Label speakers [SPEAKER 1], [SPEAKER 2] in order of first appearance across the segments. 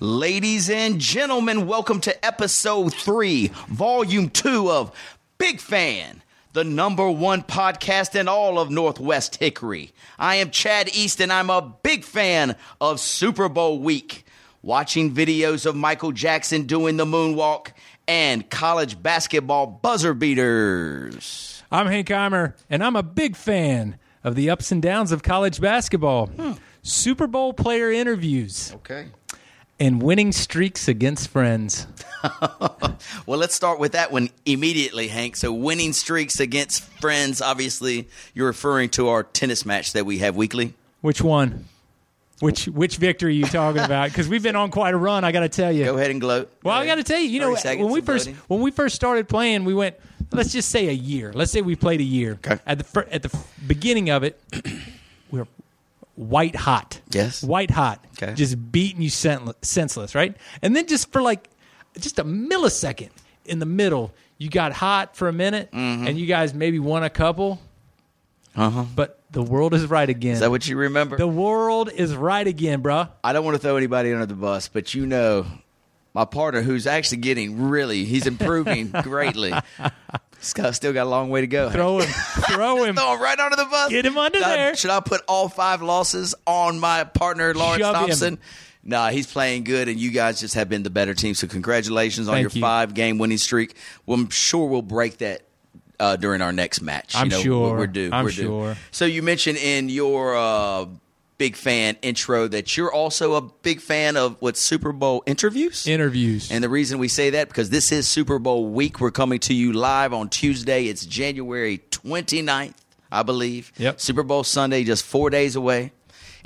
[SPEAKER 1] Ladies and gentlemen, welcome to episode three, volume two of Big Fan, the number one podcast in all of Northwest Hickory. I am Chad East, and I'm a big fan of Super Bowl week, watching videos of Michael Jackson doing the moonwalk and college basketball buzzer beaters.
[SPEAKER 2] I'm Hank Eimer, and I'm a big fan of the ups and downs of college basketball, Super Bowl player interviews,
[SPEAKER 1] Okay.
[SPEAKER 2] and winning streaks against friends.
[SPEAKER 1] Well, let's start with that one immediately, Hank. So, winning streaks against friends. Obviously, you're referring to our tennis match that we have weekly.
[SPEAKER 2] Which one? Which which victory are you talking about? Because we've been on quite a run. I got to tell you.
[SPEAKER 1] Go ahead and gloat.
[SPEAKER 2] Well,
[SPEAKER 1] Go
[SPEAKER 2] I
[SPEAKER 1] ahead.
[SPEAKER 2] got to tell you, you
[SPEAKER 1] 30
[SPEAKER 2] know,
[SPEAKER 1] seconds
[SPEAKER 2] when we
[SPEAKER 1] of
[SPEAKER 2] first
[SPEAKER 1] gloating.
[SPEAKER 2] when we first started playing, we went. Let's just say a year. Let's say we played a year.
[SPEAKER 1] Okay.
[SPEAKER 2] At the fir- at the f- beginning of it, we were white hot.
[SPEAKER 1] Yes.
[SPEAKER 2] White hot.
[SPEAKER 1] Okay.
[SPEAKER 2] Just beating you senle- senseless, right? And then just for like just a millisecond in the middle, you got hot for a minute,
[SPEAKER 1] Mm-hmm.
[SPEAKER 2] and you guys maybe won a couple. Uh huh. But the world is right again.
[SPEAKER 1] Uh-huh. Is that what you remember?
[SPEAKER 2] the world is right again, bruh.
[SPEAKER 1] I don't want to throw anybody under the bus, but you know, my partner, who's actually getting really, he's improving greatly. Scott still got a long way to go.
[SPEAKER 2] Throw him. Throw him.
[SPEAKER 1] Throw him right under the bus.
[SPEAKER 2] Get him under
[SPEAKER 1] Now,
[SPEAKER 2] there.
[SPEAKER 1] Should I put all five losses on my partner, Lawrence
[SPEAKER 2] Shove him.
[SPEAKER 1] Thompson? Nah, he's playing good, and you guys just have been the better team. So congratulations on
[SPEAKER 2] Thank
[SPEAKER 1] your
[SPEAKER 2] you.
[SPEAKER 1] five-game winning streak. Well, I'm sure we'll break that uh, during our next match.
[SPEAKER 2] I'm
[SPEAKER 1] you know,
[SPEAKER 2] sure.
[SPEAKER 1] We're, we're due.
[SPEAKER 2] I'm
[SPEAKER 1] we're due.
[SPEAKER 2] sure.
[SPEAKER 1] So you mentioned in your uh, big fan intro that you're also a big fan of what Super Bowl interviews.
[SPEAKER 2] Interviews.
[SPEAKER 1] And the reason we say that because this is Super Bowl week. We're coming to you live on Tuesday. It's January 29th, I believe.
[SPEAKER 2] Yep.
[SPEAKER 1] Super Bowl Sunday just 4 days away.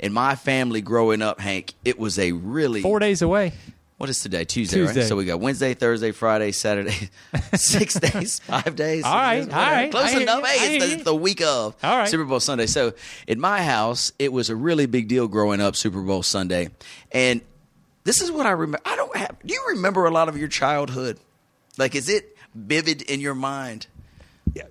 [SPEAKER 1] In my family growing up, Hank, it was a really
[SPEAKER 2] Four days away.
[SPEAKER 1] What is today? Tuesday,
[SPEAKER 2] Tuesday.
[SPEAKER 1] right? So we got Wednesday, Thursday, Friday, Saturday, 6 days, 5 days.
[SPEAKER 2] All right,
[SPEAKER 1] Whatever.
[SPEAKER 2] all right. I
[SPEAKER 1] Close
[SPEAKER 2] hear
[SPEAKER 1] enough.
[SPEAKER 2] you, I
[SPEAKER 1] Hey,
[SPEAKER 2] hear
[SPEAKER 1] it's the,
[SPEAKER 2] you.
[SPEAKER 1] it's the week of
[SPEAKER 2] All right.
[SPEAKER 1] Super Bowl Sunday. So in my house, it was a really big deal growing up Super Bowl Sunday, and this is what I remember. I don't have. Do you remember a lot of your childhood? Like, is it vivid in your mind?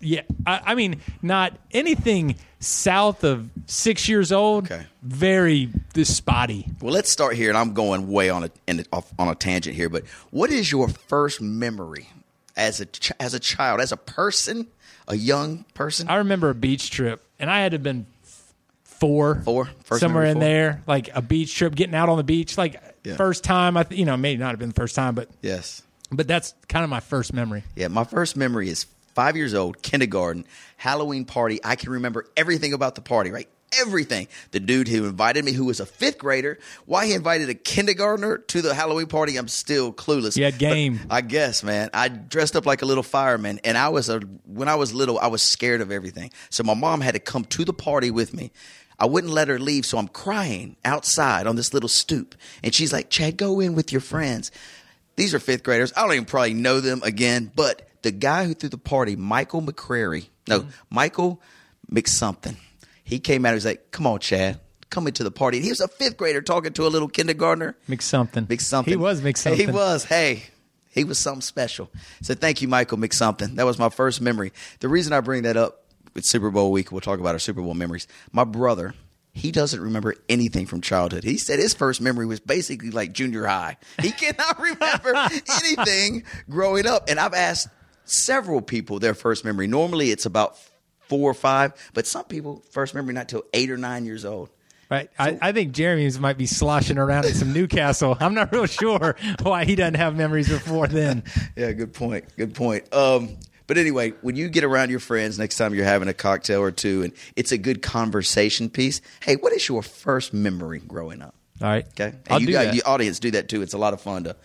[SPEAKER 2] Yeah, I, I mean, not anything south of six years old.
[SPEAKER 1] Okay.
[SPEAKER 2] Very this spotty.
[SPEAKER 1] Well, let's start here, and I'm going way on a in, off on a tangent here. But what is your first memory as a ch- as a child, as a person, a young person?
[SPEAKER 2] I remember a beach trip, and I had to have been f- four,
[SPEAKER 1] Four? First
[SPEAKER 2] somewhere
[SPEAKER 1] memory
[SPEAKER 2] in
[SPEAKER 1] four?
[SPEAKER 2] there, like a beach trip, getting out on the beach, like
[SPEAKER 1] Yeah.
[SPEAKER 2] first time. I, th- you know, may not have been the first time, but
[SPEAKER 1] yes.
[SPEAKER 2] but that's kind of my first memory.
[SPEAKER 1] Yeah, my first memory is five years old, kindergarten, Halloween party. I can remember everything about the party, right? Everything. The dude who invited me, who was a fifth grader, why he invited a kindergartner to the Halloween party, I'm still clueless.
[SPEAKER 2] He had
[SPEAKER 1] But
[SPEAKER 2] game.
[SPEAKER 1] I guess, man. I dressed up like a little fireman, and I was a when I was little, I was scared of everything. So my mom had to come to the party with me. I wouldn't let her leave, so I'm crying outside on this little stoop, and she's like, "Chad, go in with your friends. These are fifth graders. I don't even probably know them again." But the guy who threw the party, Michael McCrary, no, Michael McSomething, he came out. He was like, "Come on, Chad." Come into the party. And he was a fifth grader talking to a little kindergartner.
[SPEAKER 2] Mix something.
[SPEAKER 1] McSomething.
[SPEAKER 2] He was mix something.
[SPEAKER 1] He was. Hey, he was something special. So thank you, Michael McSomething. That was my first memory. The reason I bring that up with Super Bowl week, we'll talk about our Super Bowl memories. My brother, he doesn't remember anything from childhood. He said his first memory was basically like junior high. He cannot remember anything growing up. And I've asked several people their first memory. Normally it's about four or five, but some people first memory not till eight or nine years old.
[SPEAKER 2] Right. I, I think Jeremy's might be sloshing around in some Newcastle. I'm not real sure why he doesn't have memories before then.
[SPEAKER 1] Yeah, good point. Good point. Um, But anyway, when you get around your friends next time you're having a cocktail or two and it's a good conversation piece, hey, what is your first memory growing up?
[SPEAKER 2] All right.
[SPEAKER 1] Okay. And
[SPEAKER 2] I'll
[SPEAKER 1] you
[SPEAKER 2] do
[SPEAKER 1] got
[SPEAKER 2] that.
[SPEAKER 1] your audience do that too. It's a lot of fun to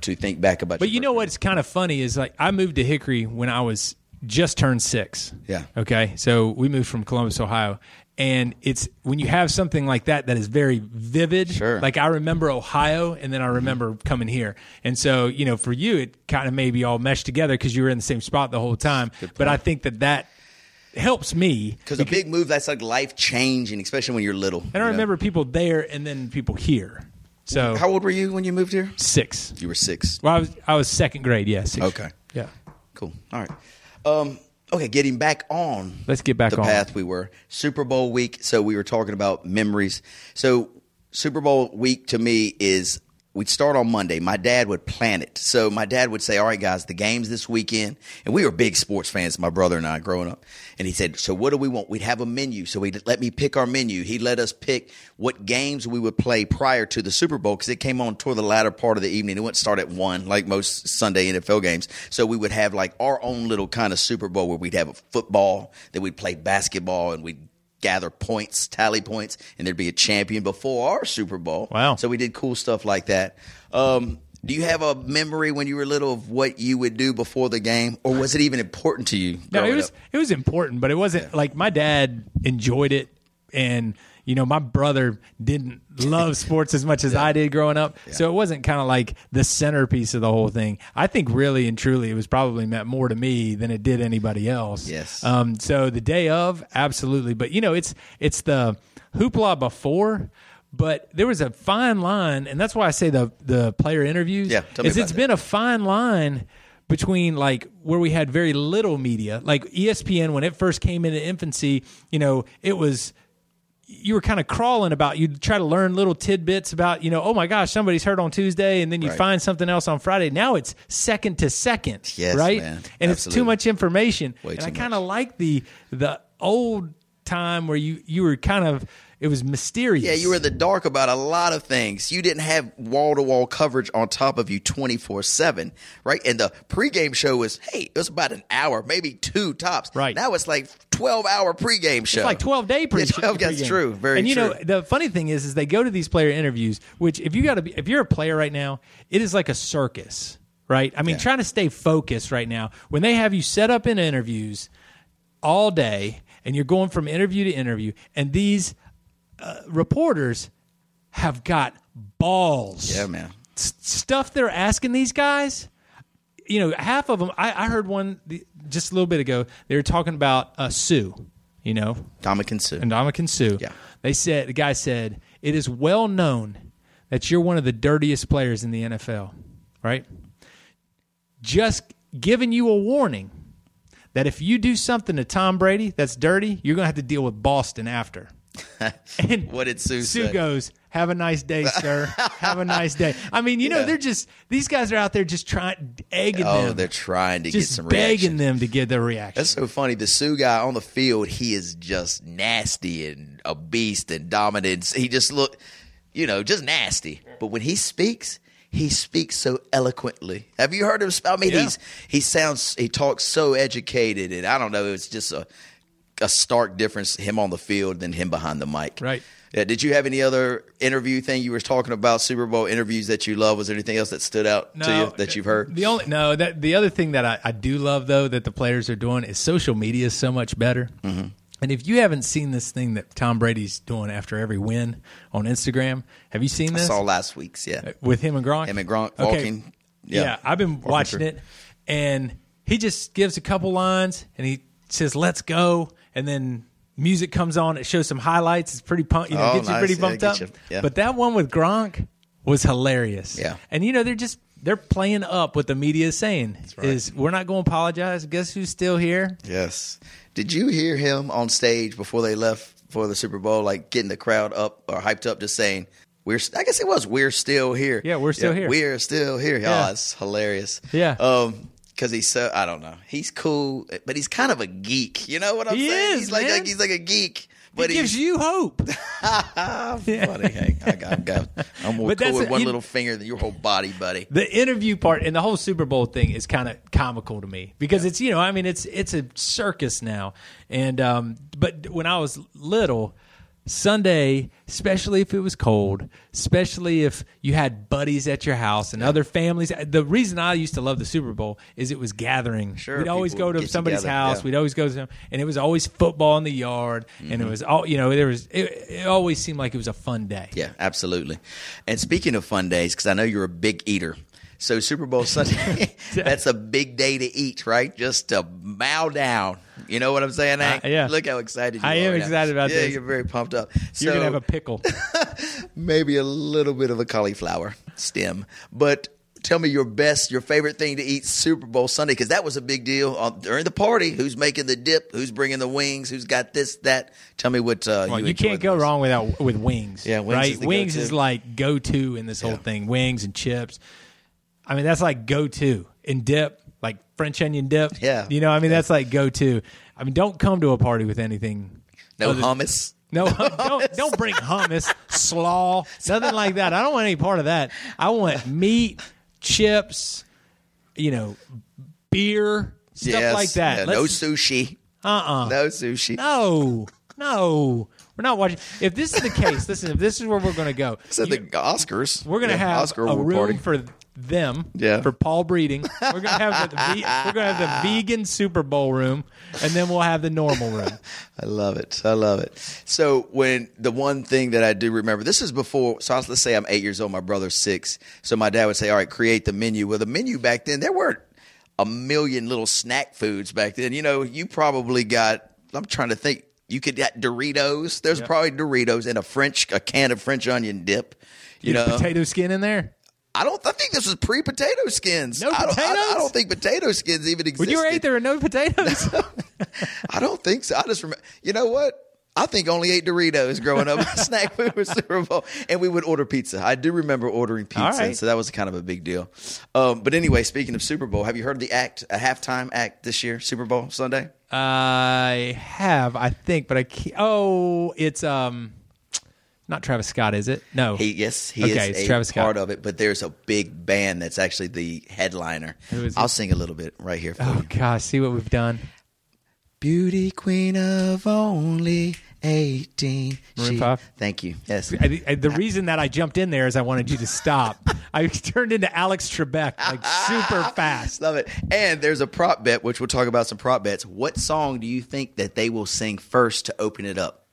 [SPEAKER 1] to think back about
[SPEAKER 2] But
[SPEAKER 1] your
[SPEAKER 2] you
[SPEAKER 1] first
[SPEAKER 2] know what's kind of funny is like I moved to Hickory when I was just turned six.
[SPEAKER 1] Yeah.
[SPEAKER 2] Okay. So we moved from Columbus, Ohio. And it's when you have something like that that is very vivid.
[SPEAKER 1] Sure.
[SPEAKER 2] Like I remember Ohio and then I remember coming here. And so, you know, for you, it kind of maybe all meshed together because you were in the same spot the whole time. But I think that that helps me.
[SPEAKER 1] because a big move that's like life changing, especially when you're little.
[SPEAKER 2] And I remember people there and then people here. So
[SPEAKER 1] How old were you when you moved here?
[SPEAKER 2] six.
[SPEAKER 1] You were six.
[SPEAKER 2] Well, I was, I was second grade. Yeah. Six.
[SPEAKER 1] Okay.
[SPEAKER 2] Yeah.
[SPEAKER 1] Cool. All right. Um, okay, getting back on.
[SPEAKER 2] Let's get back
[SPEAKER 1] the
[SPEAKER 2] on.
[SPEAKER 1] path we were. Super Bowl week. So we were talking about memories. So Super Bowl week to me is we'd start on Monday. My dad would plan it. So my dad would say, "All right, guys, the games this weekend." And we were big sports fans. My brother and I growing up. And he said, "So what do we want?" We'd have a menu. So he'd let me pick our menu. He let us pick what games we would play prior to the Super Bowl because it came on toward the latter part of the evening. It wouldn't start at one like most Sunday NFL games. So we would have like our own little kind of Super Bowl where we'd have a football, then we'd play basketball, and we'd gather points, tally points, and there'd be a champion before our Super Bowl.
[SPEAKER 2] Wow.
[SPEAKER 1] So we did cool stuff like that. Um, do you have a memory when you were little of what you would do before the game, or was it even important to you?
[SPEAKER 2] No, it
[SPEAKER 1] growing
[SPEAKER 2] was
[SPEAKER 1] up?
[SPEAKER 2] it was important, but it wasn't like my dad enjoyed it, and you know my brother didn't love sports as much as I did growing up, so it wasn't kind of like the centerpiece of the whole thing. I think really and truly, it was probably meant more to me than it did anybody else.
[SPEAKER 1] Yes.
[SPEAKER 2] Um. So the day of, absolutely, but you know it's it's the hoopla before. But there was a fine line, and that's why I say the the player interviews.
[SPEAKER 1] Yeah, tell me
[SPEAKER 2] is
[SPEAKER 1] about
[SPEAKER 2] it's
[SPEAKER 1] that.
[SPEAKER 2] been a fine line between like where we had very little media, like E ESPN when it first came into infancy, you know, it was you were kind of crawling about you'd try to learn little tidbits about you know oh my gosh somebody's hurt on tuesday and then you
[SPEAKER 1] Right.
[SPEAKER 2] find something else on friday now it's second to second
[SPEAKER 1] Yes,
[SPEAKER 2] right
[SPEAKER 1] man.
[SPEAKER 2] and it's too
[SPEAKER 1] Absolutely.
[SPEAKER 2] much information
[SPEAKER 1] Way
[SPEAKER 2] and
[SPEAKER 1] too
[SPEAKER 2] i kind of like the the old time where you you were kind of it was mysterious
[SPEAKER 1] Yeah, you were in the dark about a lot of things. You didn't have wall to wall coverage on top of you 24 7, right? And the pregame show was, hey, it was about an hour, maybe two tops.
[SPEAKER 2] Right.
[SPEAKER 1] Now it's like 12 hour pregame show.
[SPEAKER 2] It's like 12 day pre
[SPEAKER 1] Yeah, 12, that's
[SPEAKER 2] pregame.
[SPEAKER 1] true. Very
[SPEAKER 2] And you
[SPEAKER 1] true.
[SPEAKER 2] know, the funny thing is, is they go to these player interviews, which if you got to be, if you're a player right now, it is like a circus, right? I mean, trying to stay focused right now when they have you set up in interviews all day and you're going from interview to interview and these uh, reporters have got balls
[SPEAKER 1] yeah, man.
[SPEAKER 2] s- stuff they're asking these guys you know half of them i, I heard one the, just a little bit ago they were talking about uh, sue you know
[SPEAKER 1] Dominic and Sue.
[SPEAKER 2] Indomitian sue
[SPEAKER 1] Yeah.
[SPEAKER 2] they said the guy said it is well known that you're one of the dirtiest players in the nfl right just giving you a warning that if you do something to tom brady that's dirty you're going to have to deal with boston after and
[SPEAKER 1] What did Sue
[SPEAKER 2] Sue
[SPEAKER 1] say?
[SPEAKER 2] goes, "Have a nice day, sir. Have a nice day." I mean, you know, they're just these guys are out there just trying, egging
[SPEAKER 1] Oh,
[SPEAKER 2] them,
[SPEAKER 1] they're trying to
[SPEAKER 2] just
[SPEAKER 1] get some
[SPEAKER 2] begging
[SPEAKER 1] reaction.
[SPEAKER 2] them to get their reaction.
[SPEAKER 1] That's so funny. The Sue guy on the field, he is just nasty and a beast and dominant. He just look, you know, just nasty. But when he speaks, he speaks so eloquently. Have you heard him? sp- I mean,
[SPEAKER 2] Yeah.
[SPEAKER 1] he's he sounds he talks so educated, and I don't know. It's just a a stark difference him on the field than him behind the mic.
[SPEAKER 2] Right.
[SPEAKER 1] Yeah, did you have any other interview thing you were talking about? Super Bowl interviews that you love? Was there anything else that stood out to you that you've heard?
[SPEAKER 2] The only no that the other thing that I, I do love though that the players are doing is social media is so much better.
[SPEAKER 1] Mm-hmm.
[SPEAKER 2] And if you haven't seen this thing that Tom Brady's doing after every win on Instagram, have you seen
[SPEAKER 1] I
[SPEAKER 2] this
[SPEAKER 1] saw last week's. Yeah.
[SPEAKER 2] with him and Gronk?
[SPEAKER 1] Him and Gronk
[SPEAKER 2] Okay.
[SPEAKER 1] walking.
[SPEAKER 2] Yeah, I've been
[SPEAKER 1] Walking
[SPEAKER 2] watching
[SPEAKER 1] through.
[SPEAKER 2] it, and he just gives a couple lines, and he says, "Let's go," and then music comes on. It shows some highlights. It's pretty pumped. You know,
[SPEAKER 1] Oh,
[SPEAKER 2] gets you
[SPEAKER 1] nice.
[SPEAKER 2] pretty
[SPEAKER 1] Yeah,
[SPEAKER 2] bumped
[SPEAKER 1] gets
[SPEAKER 2] up.
[SPEAKER 1] you- yeah.
[SPEAKER 2] But that one with Gronk was hilarious.
[SPEAKER 1] Yeah.
[SPEAKER 2] and you know they're just they're playing up what the media is saying. Is we're not going to apologize. Guess who's still here?
[SPEAKER 1] Yes. Did you hear him on stage before they left for the Super Bowl, like getting the crowd up or hyped up, just saying, "We're." I guess it was, "We're still here."
[SPEAKER 2] Yeah, we're still here.
[SPEAKER 1] We're still here.
[SPEAKER 2] Yeah.
[SPEAKER 1] Oh, it's hilarious.
[SPEAKER 2] Yeah.
[SPEAKER 1] Um, because he's so I don't know. He's cool, but he's kind of a geek. You know what I'm
[SPEAKER 2] He
[SPEAKER 1] saying?
[SPEAKER 2] is,
[SPEAKER 1] he's like,
[SPEAKER 2] man.
[SPEAKER 1] like he's like a geek. But
[SPEAKER 2] it
[SPEAKER 1] he-
[SPEAKER 2] gives you hope.
[SPEAKER 1] Funny, Hank. I got, I got, I'm more
[SPEAKER 2] But
[SPEAKER 1] cool
[SPEAKER 2] that's
[SPEAKER 1] with
[SPEAKER 2] a-
[SPEAKER 1] one
[SPEAKER 2] you-
[SPEAKER 1] little finger than your whole body, buddy.
[SPEAKER 2] the interview part and the whole Super Bowl thing is kind of comical to me because it's you know I mean it's it's a circus now and um but when I was little Sunday especially if it was cold especially if you had buddies at your house and other families the reason I used to love the Super Bowl is it was gathering
[SPEAKER 1] Sure,
[SPEAKER 2] we'd always
[SPEAKER 1] people
[SPEAKER 2] go to
[SPEAKER 1] get
[SPEAKER 2] somebody's
[SPEAKER 1] together,
[SPEAKER 2] house
[SPEAKER 1] yeah.
[SPEAKER 2] we'd always go to some, and it was always football in the yard
[SPEAKER 1] Mm-hmm.
[SPEAKER 2] and it was all you know there was it, it always seemed like it was a fun day
[SPEAKER 1] Yeah, absolutely. And speaking of fun days, because I know you're a big eater. So Super Bowl Sunday, that's a big day to eat, right? Just to bow down. You know what I'm saying? Hank?
[SPEAKER 2] Uh, yeah.
[SPEAKER 1] Look how excited you are.
[SPEAKER 2] I am
[SPEAKER 1] right now.
[SPEAKER 2] excited about
[SPEAKER 1] yeah,
[SPEAKER 2] this.
[SPEAKER 1] you're very pumped up.
[SPEAKER 2] you're
[SPEAKER 1] So-
[SPEAKER 2] gonna have a pickle.
[SPEAKER 1] maybe a little bit of a cauliflower stem. But tell me your best, your favorite thing to eat Super Bowl Sunday because that was a big deal on, during the party. Who's making the dip? Who's bringing the wings? Who's got this, that? Tell me what uh,
[SPEAKER 2] Well,
[SPEAKER 1] you
[SPEAKER 2] you,
[SPEAKER 1] enjoy
[SPEAKER 2] can't
[SPEAKER 1] the
[SPEAKER 2] go
[SPEAKER 1] most.
[SPEAKER 2] wrong without with wings.
[SPEAKER 1] Yeah, wings
[SPEAKER 2] right.
[SPEAKER 1] is the
[SPEAKER 2] wings
[SPEAKER 1] go-to.
[SPEAKER 2] is like go to in this whole thing. Wings and chips. I mean, that's like go to and dip, like French onion dip.
[SPEAKER 1] Yeah.
[SPEAKER 2] you know, I mean, that's like go to. I mean, don't come to a party with anything.
[SPEAKER 1] No
[SPEAKER 2] other-
[SPEAKER 1] hummus.
[SPEAKER 2] No, don't don't bring hummus, slaw, nothing like that. I don't want any part of that. I want meat, chips, you know, beer, stuff
[SPEAKER 1] Yes.
[SPEAKER 2] like that.
[SPEAKER 1] Yeah,
[SPEAKER 2] Let's-
[SPEAKER 1] no sushi. Uh-uh. No sushi.
[SPEAKER 2] no, no. We're not watching. If this is the case, listen. If this is where we're going to go,
[SPEAKER 1] So
[SPEAKER 2] you-
[SPEAKER 1] the Oscars.
[SPEAKER 2] we're going to
[SPEAKER 1] Yeah,
[SPEAKER 2] have
[SPEAKER 1] Oscar
[SPEAKER 2] a
[SPEAKER 1] award
[SPEAKER 2] room
[SPEAKER 1] party.
[SPEAKER 2] for them.
[SPEAKER 1] Yeah.
[SPEAKER 2] For Paul Breeding, we're going to have the ve- we're going to have the vegan Super Bowl room, and then we'll have the normal room.
[SPEAKER 1] I love it. I love it. So when the one thing that I do remember, this is before. So I was- let's say I'm eight years old. My brother's six. So my dad would say, "All right, create the menu." Well, the menu back then there weren't a million little snack foods back then. You know, you probably got. I'm trying to think. You could get Doritos. There's probably Doritos and a French, a can of French onion dip. You know,
[SPEAKER 2] Potato skin in there.
[SPEAKER 1] I don't. I think this was pre-potato skins.
[SPEAKER 2] No
[SPEAKER 1] I don't, I- I,
[SPEAKER 2] potatoes?
[SPEAKER 1] don't think potato skins even existed.
[SPEAKER 2] When you were eight, there were no potatoes.
[SPEAKER 1] I don't think so. I just remember. You know what? I think only ate Doritos growing up. snack food was Super Bowl, and we would order pizza. I do remember ordering pizza,
[SPEAKER 2] All right.
[SPEAKER 1] so that was kind of a big deal. Um, but anyway, speaking of Super Bowl, have you heard the act, a halftime act this year, Super Bowl Sunday?
[SPEAKER 2] I have, I think, but I can't. Oh, it's um, not Travis Scott, is it? No.
[SPEAKER 1] He, yes, he
[SPEAKER 2] Okay,
[SPEAKER 1] is
[SPEAKER 2] it's
[SPEAKER 1] a
[SPEAKER 2] Travis Scott.
[SPEAKER 1] part of it, but there's a big band that's actually the headliner.
[SPEAKER 2] Who is it?
[SPEAKER 1] I'll sing a little bit right here for
[SPEAKER 2] oh
[SPEAKER 1] you.
[SPEAKER 2] gosh, see what we've done.
[SPEAKER 1] Beauty queen of only 18.
[SPEAKER 2] Maroon
[SPEAKER 1] She-
[SPEAKER 2] five?
[SPEAKER 1] Thank you. Yes.
[SPEAKER 2] I, I, the reason that I jumped in there is I wanted you to stop. I turned into Alex Trebek like super fast.
[SPEAKER 1] Love it. And there's a prop bet, which we'll talk about some prop bets. What song do you think that they will sing first to open it up?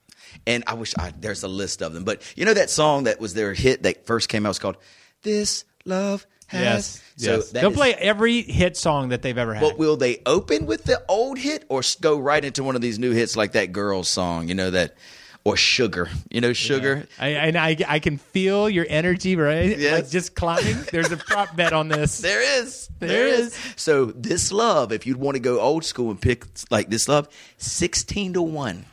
[SPEAKER 1] And I wish I, there's a list of them. But you know that song that was their hit that first came out was called This Love Has.
[SPEAKER 2] Yes, yes.
[SPEAKER 1] that
[SPEAKER 2] They'll
[SPEAKER 1] is-
[SPEAKER 2] play every hit song that they've ever had.
[SPEAKER 1] But will they open with the old hit or s- go right into one of these new hits like that girl song, you know, that, or Sugar? You know, Sugar?
[SPEAKER 2] I, and I, I can feel your energy, right?
[SPEAKER 1] Yes.
[SPEAKER 2] Like just climbing. There's a prop bet on this.
[SPEAKER 1] There is.
[SPEAKER 2] There is.
[SPEAKER 1] So this love, if you'd want to go old school and pick like this love, sixteen to one.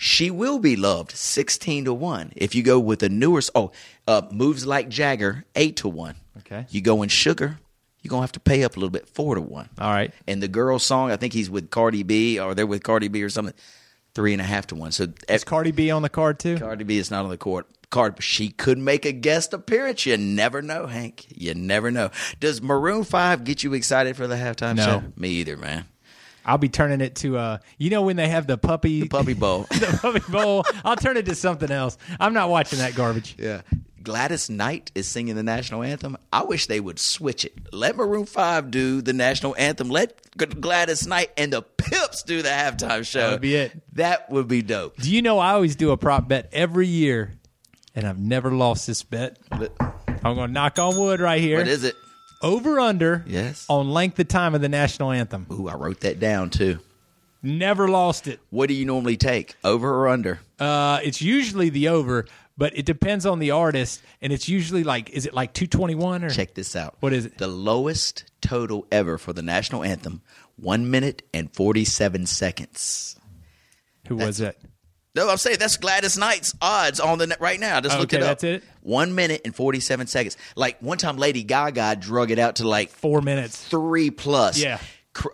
[SPEAKER 1] She will be loved, sixteen to one. If you go with the newer, oh, uh, moves like Jagger, eight to one.
[SPEAKER 2] Okay.
[SPEAKER 1] You go in Sugar, you're gonna have to pay up a little bit, four to one.
[SPEAKER 2] All right.
[SPEAKER 1] And the girl song, I think he's with Cardi B, or they're with Cardi B or something, three and a half to one. So
[SPEAKER 2] Is Cardi B on the card too?
[SPEAKER 1] Cardi B is not on the court. Card, but she could make a guest appearance. You never know, Hank. You never know. Does Maroon Five get you excited for the halftime
[SPEAKER 2] No.
[SPEAKER 1] show? Me either, man.
[SPEAKER 2] I'll be turning it to uh, you know when they have the puppy
[SPEAKER 1] Puppy Bowl.
[SPEAKER 2] the puppy bowl. I'll turn it to something else. I'm not watching that garbage.
[SPEAKER 1] yeah. Gladys Knight is singing the national anthem. I wish they would switch it. Let Maroon Five do the national anthem. Let G- Gladys Knight and the Pips do the halftime show. That
[SPEAKER 2] would be it.
[SPEAKER 1] That would be dope.
[SPEAKER 2] Do you know I always do a prop bet every year, and I've never lost this bet. I'm going to knock on wood right here.
[SPEAKER 1] What is it?
[SPEAKER 2] Over under
[SPEAKER 1] Yes.
[SPEAKER 2] on length of time of the national anthem.
[SPEAKER 1] Ooh, I wrote that down too.
[SPEAKER 2] Never lost it.
[SPEAKER 1] What do you normally take? Over or under?
[SPEAKER 2] Uh, it's usually the over, but it depends on the artist, and it's usually like is it like 221 or
[SPEAKER 1] Check this out.
[SPEAKER 2] What is it?
[SPEAKER 1] The lowest total ever for the national anthem, one minute and forty-seven seconds.
[SPEAKER 2] who was it?
[SPEAKER 1] No, I'm saying that's Gladys Knight's odds on the net right now. Just look
[SPEAKER 2] Okay,
[SPEAKER 1] it up.
[SPEAKER 2] that's it?
[SPEAKER 1] One minute and forty-seven seconds. Like one time, Lady Gaga drug it out to like
[SPEAKER 2] Four minutes.
[SPEAKER 1] three plus.
[SPEAKER 2] Yeah.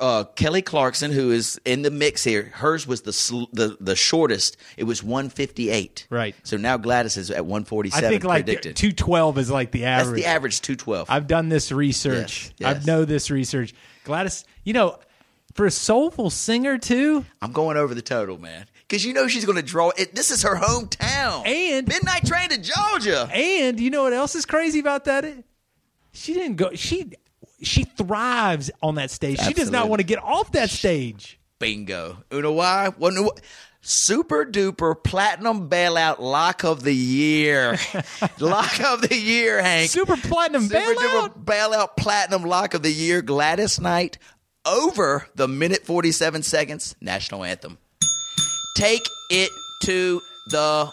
[SPEAKER 1] uh, Kelly Clarkson, who is in the mix here, hers was the sl- the the shortest. It was 158.
[SPEAKER 2] Right.
[SPEAKER 1] So now Gladys is at 147.
[SPEAKER 2] I think like
[SPEAKER 1] predicted.
[SPEAKER 2] 212 is like the
[SPEAKER 1] That's
[SPEAKER 2] average.
[SPEAKER 1] the average 212.
[SPEAKER 2] I've done this research.
[SPEAKER 1] Yes, yes.
[SPEAKER 2] I've know this research. Gladys, you know, for a soulful singer too,
[SPEAKER 1] I'm going over the total, man, because you know she's going to draw it. This is her hometown.
[SPEAKER 2] And-
[SPEAKER 1] midnight train to Georgia.
[SPEAKER 2] and you know what else is crazy about that? She didn't go. She she thrives on that stage. She does not
[SPEAKER 1] Absolutely.
[SPEAKER 2] want to get off that stage.
[SPEAKER 1] Bingo. Una why? Wonder wh- Super duper platinum bailout lock of the year. lock of the year, Hank.
[SPEAKER 2] Super platinum
[SPEAKER 1] Super
[SPEAKER 2] bailout.
[SPEAKER 1] duper bailout platinum lock of the year, Gladys Knight, over the minute 47 seconds national anthem. Take it to the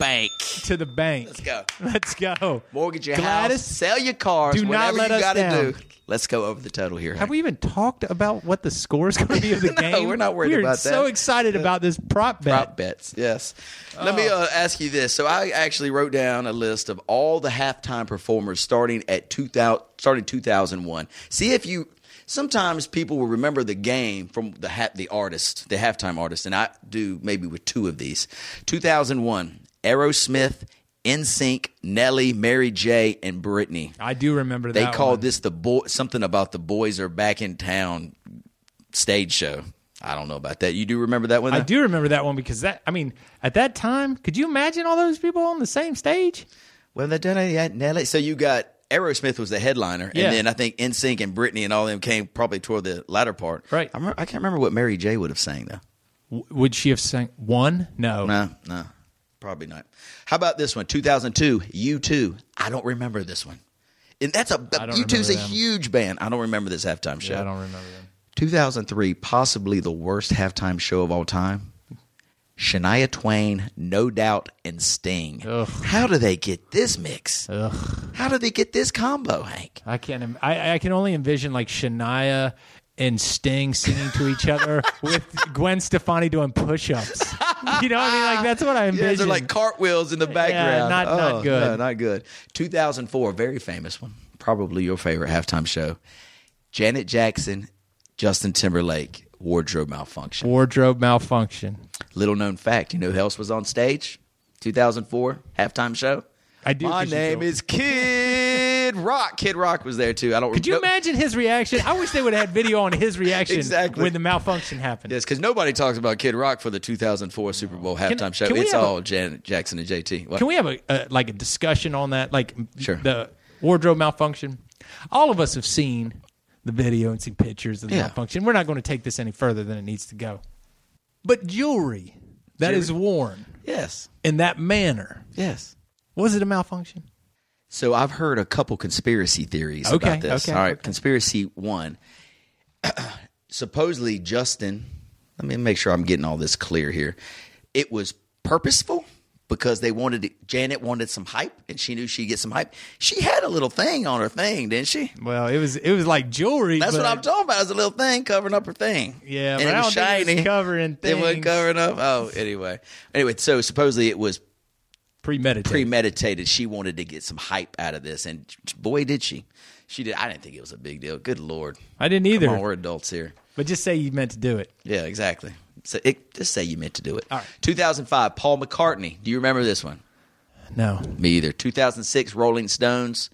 [SPEAKER 1] bank.
[SPEAKER 2] to the bank.
[SPEAKER 1] Let's go.
[SPEAKER 2] Let's go.
[SPEAKER 1] Mortgage your house,
[SPEAKER 2] Gladys,
[SPEAKER 1] sell your cars,
[SPEAKER 2] do not
[SPEAKER 1] whatever
[SPEAKER 2] let
[SPEAKER 1] you
[SPEAKER 2] us
[SPEAKER 1] gotta
[SPEAKER 2] down.
[SPEAKER 1] do. Let's go over the total here.
[SPEAKER 2] Have we even talked about what the score is going to be of the
[SPEAKER 1] No,
[SPEAKER 2] game?
[SPEAKER 1] we're not worried
[SPEAKER 2] We're
[SPEAKER 1] about that.
[SPEAKER 2] so excited about this prop bet.
[SPEAKER 1] prop bets. Yes. Let me
[SPEAKER 2] Oh.
[SPEAKER 1] uh, ask you this. So I actually wrote down a list of all the halftime performers starting at 2000, starting 2001. See if you sometimes people will remember the game from the ha- the artist, the halftime artist, and I do maybe with two of these. 2001, Aerosmith, NSYNC, Nelly, Mary J, and Britney.
[SPEAKER 2] I do remember
[SPEAKER 1] They
[SPEAKER 2] that.
[SPEAKER 1] called
[SPEAKER 2] one.
[SPEAKER 1] this the boy something about the boys are back in town stage show. I don't know about that. You do remember that one?
[SPEAKER 2] I
[SPEAKER 1] though?
[SPEAKER 2] do remember that one because that. I mean, at that time, could you imagine all those people on the same stage?
[SPEAKER 1] Well, they done it yet, Nelly. So you got Aerosmith was the headliner,
[SPEAKER 2] Yeah.
[SPEAKER 1] and then I think NSYNC and Britney and all them came probably toward the latter part.
[SPEAKER 2] Right.
[SPEAKER 1] I, remember, I can't remember what Mary J would have sang though.
[SPEAKER 2] W- would she have sang one? No.
[SPEAKER 1] No, no, probably not. How about this one? 2002, U2. I don't remember this one. And that's a
[SPEAKER 2] don't
[SPEAKER 1] U2's a
[SPEAKER 2] remember them.
[SPEAKER 1] huge band. I don't remember this halftime show.
[SPEAKER 2] Yeah, I don't remember them.
[SPEAKER 1] 2003, possibly the worst halftime show of all time. Shania Twain, No Doubt, and Sting.
[SPEAKER 2] Ugh.
[SPEAKER 1] How do they get this mix?
[SPEAKER 2] Ugh,
[SPEAKER 1] How do they get this combo, Hank?
[SPEAKER 2] I can't. Im- I, I can only envision like Shania and Sting singing to each other with Gwen Stefani doing push-ups. You know, what I mean, like that's what I
[SPEAKER 1] Yeah,
[SPEAKER 2] envision.
[SPEAKER 1] they're like cartwheels in the background.
[SPEAKER 2] not- not
[SPEAKER 1] Oh,
[SPEAKER 2] good.
[SPEAKER 1] no, not good. 2004, very famous one. Probably your favorite halftime show. Janet Jackson, Justin Timberlake, wardrobe malfunction.
[SPEAKER 2] wardrobe malfunction.
[SPEAKER 1] Little known fact. You know who else was on stage? 2004 halftime show.
[SPEAKER 2] I do.
[SPEAKER 1] My
[SPEAKER 2] 'cause you
[SPEAKER 1] name
[SPEAKER 2] go-
[SPEAKER 1] is Kid Rock. Kid Rock was there too. I don't.
[SPEAKER 2] Could you
[SPEAKER 1] no-
[SPEAKER 2] imagine his reaction? I wish they would have had video on his reaction
[SPEAKER 1] Exactly.
[SPEAKER 2] when the malfunction happened.
[SPEAKER 1] Yes, because nobody talks about Kid Rock for the 2004 Super Bowl halftime show.
[SPEAKER 2] can we
[SPEAKER 1] it's
[SPEAKER 2] have a-
[SPEAKER 1] all Janet Jackson and JT. What?
[SPEAKER 2] Can we have a, a like a discussion on that? Like m-
[SPEAKER 1] Sure.
[SPEAKER 2] the wardrobe malfunction. All of us have seen the video and seen pictures of the
[SPEAKER 1] Yeah.
[SPEAKER 2] malfunction. We're not going to take this any further than it needs to go. But jewelry that
[SPEAKER 1] Jewelry.
[SPEAKER 2] is worn
[SPEAKER 1] yes.
[SPEAKER 2] in that manner
[SPEAKER 1] Yes.
[SPEAKER 2] was it a malfunction?
[SPEAKER 1] So I've heard a couple conspiracy theories about
[SPEAKER 2] Okay,
[SPEAKER 1] this.
[SPEAKER 2] okay,
[SPEAKER 1] All right,
[SPEAKER 2] okay.
[SPEAKER 1] conspiracy one. Supposedly Justin, let me make sure I'm getting all this clear here. It was purposeful because they wanted to, Janet wanted some hype and she knew she'd get some hype. She had a little thing on her thing, didn't she?
[SPEAKER 2] Well, it was it was like jewelry.
[SPEAKER 1] That's
[SPEAKER 2] but
[SPEAKER 1] what I'm talking about. It was a little thing covering up her thing.
[SPEAKER 2] Yeah,
[SPEAKER 1] and
[SPEAKER 2] but
[SPEAKER 1] it
[SPEAKER 2] I
[SPEAKER 1] was
[SPEAKER 2] don't think
[SPEAKER 1] shiny.
[SPEAKER 2] it was covering
[SPEAKER 1] It wasn't
[SPEAKER 2] things.
[SPEAKER 1] covering up. Oh, anyway. Anyway, so supposedly it was
[SPEAKER 2] Premeditated.
[SPEAKER 1] premeditated. She wanted to get some hype out of this, and boy, did she! She did. I didn't think it was a big deal. Good lord,
[SPEAKER 2] I didn't
[SPEAKER 1] Come
[SPEAKER 2] either.
[SPEAKER 1] on, we're adults here.
[SPEAKER 2] but just say you meant to do it.
[SPEAKER 1] Yeah, exactly. So it, just say you meant to do it.
[SPEAKER 2] All right.
[SPEAKER 1] 2005, Paul McCartney. Do you remember this one?
[SPEAKER 2] No.
[SPEAKER 1] Me either. 2006, Rolling Stones.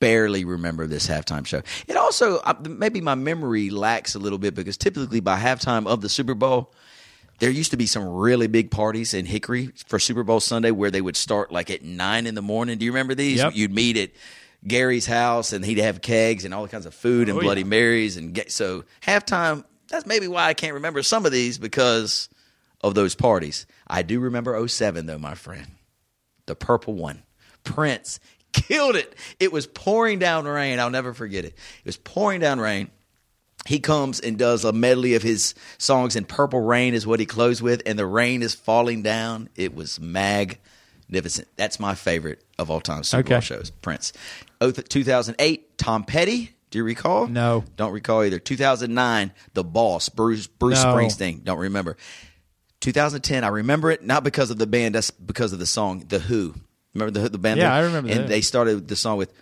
[SPEAKER 1] Barely remember this halftime show. It also I- maybe my memory lacks a little bit because typically by halftime of the Super Bowl, there used to be some really big parties in Hickory for Super Bowl Sunday where they would start like at nine in the morning. Do you remember these?
[SPEAKER 2] Yep.
[SPEAKER 1] You'd meet at Gary's house and he'd have kegs and all kinds of food and
[SPEAKER 2] Oh,
[SPEAKER 1] Bloody
[SPEAKER 2] yeah.
[SPEAKER 1] Marys and ga- so halftime. That's maybe why I can't remember some of these because of those parties. I do remember 07 though, my friend the purple one. Prince killed it. It was pouring down rain. I'll never forget it. It was pouring down rain. He comes and does a medley of his songs, and Purple Rain is what he closed with, and the rain is falling down. It was magnificent. That's my favorite of all time Super Bowl
[SPEAKER 2] Okay.
[SPEAKER 1] shows, Prince. Oh, th- 2008, Tom Petty. Do you recall?
[SPEAKER 2] No.
[SPEAKER 1] Don't recall either. 2009, The Boss, Bruce, Bruce
[SPEAKER 2] No.
[SPEAKER 1] Springsteen. Don't remember. 2010, I remember it not because of the band, that's because of the song The Who. Remember the, the band?
[SPEAKER 2] Yeah,
[SPEAKER 1] The Who?
[SPEAKER 2] I remember
[SPEAKER 1] And
[SPEAKER 2] that.
[SPEAKER 1] they started the song with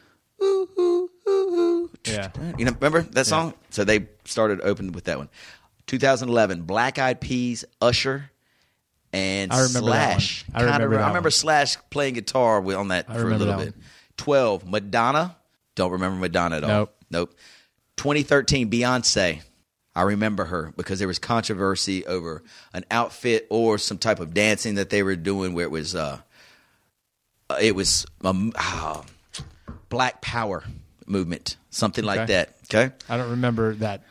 [SPEAKER 1] ooh, ooh, ooh, ooh,
[SPEAKER 2] Yeah.
[SPEAKER 1] You know, remember that song? So they started open with that one. 2011, Black Eyed Peas, Usher, and
[SPEAKER 2] I remember that
[SPEAKER 1] Slash.
[SPEAKER 2] one. I
[SPEAKER 1] Kinda
[SPEAKER 2] remember
[SPEAKER 1] re-
[SPEAKER 2] that
[SPEAKER 1] I remember
[SPEAKER 2] one.
[SPEAKER 1] Slash playing guitar with, on that for a
[SPEAKER 2] remember
[SPEAKER 1] little
[SPEAKER 2] that
[SPEAKER 1] bit.
[SPEAKER 2] one.
[SPEAKER 1] 12, Madonna. Don't remember Madonna at all.
[SPEAKER 2] Nope.
[SPEAKER 1] Nope. 2013, Beyonce. I remember her because there was controversy over an outfit or some type of dancing that they were doing where it was uh, uh, it was um, ah, Black Power movement, something like
[SPEAKER 2] Okay.
[SPEAKER 1] that. Okay,
[SPEAKER 2] I don't remember that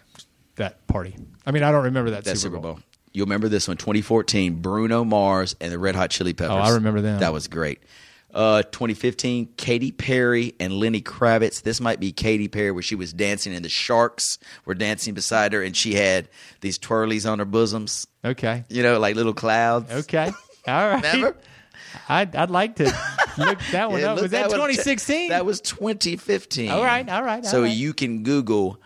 [SPEAKER 2] that party. I mean, I don't remember that,
[SPEAKER 1] that Super Bowl. You remember this one, 2014, Bruno Mars and the Red Hot Chili Peppers.
[SPEAKER 2] Oh, I remember them.
[SPEAKER 1] That was great. Uh, 2015, Katy Perry and Lenny Kravitz. This might be Katy Perry where she was dancing and the sharks were dancing beside her and she had these twirlies on her bosoms,
[SPEAKER 2] Okay.
[SPEAKER 1] you know, like little clouds.
[SPEAKER 2] Okay. All right.
[SPEAKER 1] Remember?
[SPEAKER 2] I'd, I'd like to look that one
[SPEAKER 1] Yeah,
[SPEAKER 2] up.
[SPEAKER 1] look,
[SPEAKER 2] Oh, was that
[SPEAKER 1] one-
[SPEAKER 2] 2016?
[SPEAKER 1] That was 2015.
[SPEAKER 2] All right, all right, all
[SPEAKER 1] so
[SPEAKER 2] right.
[SPEAKER 1] you can Google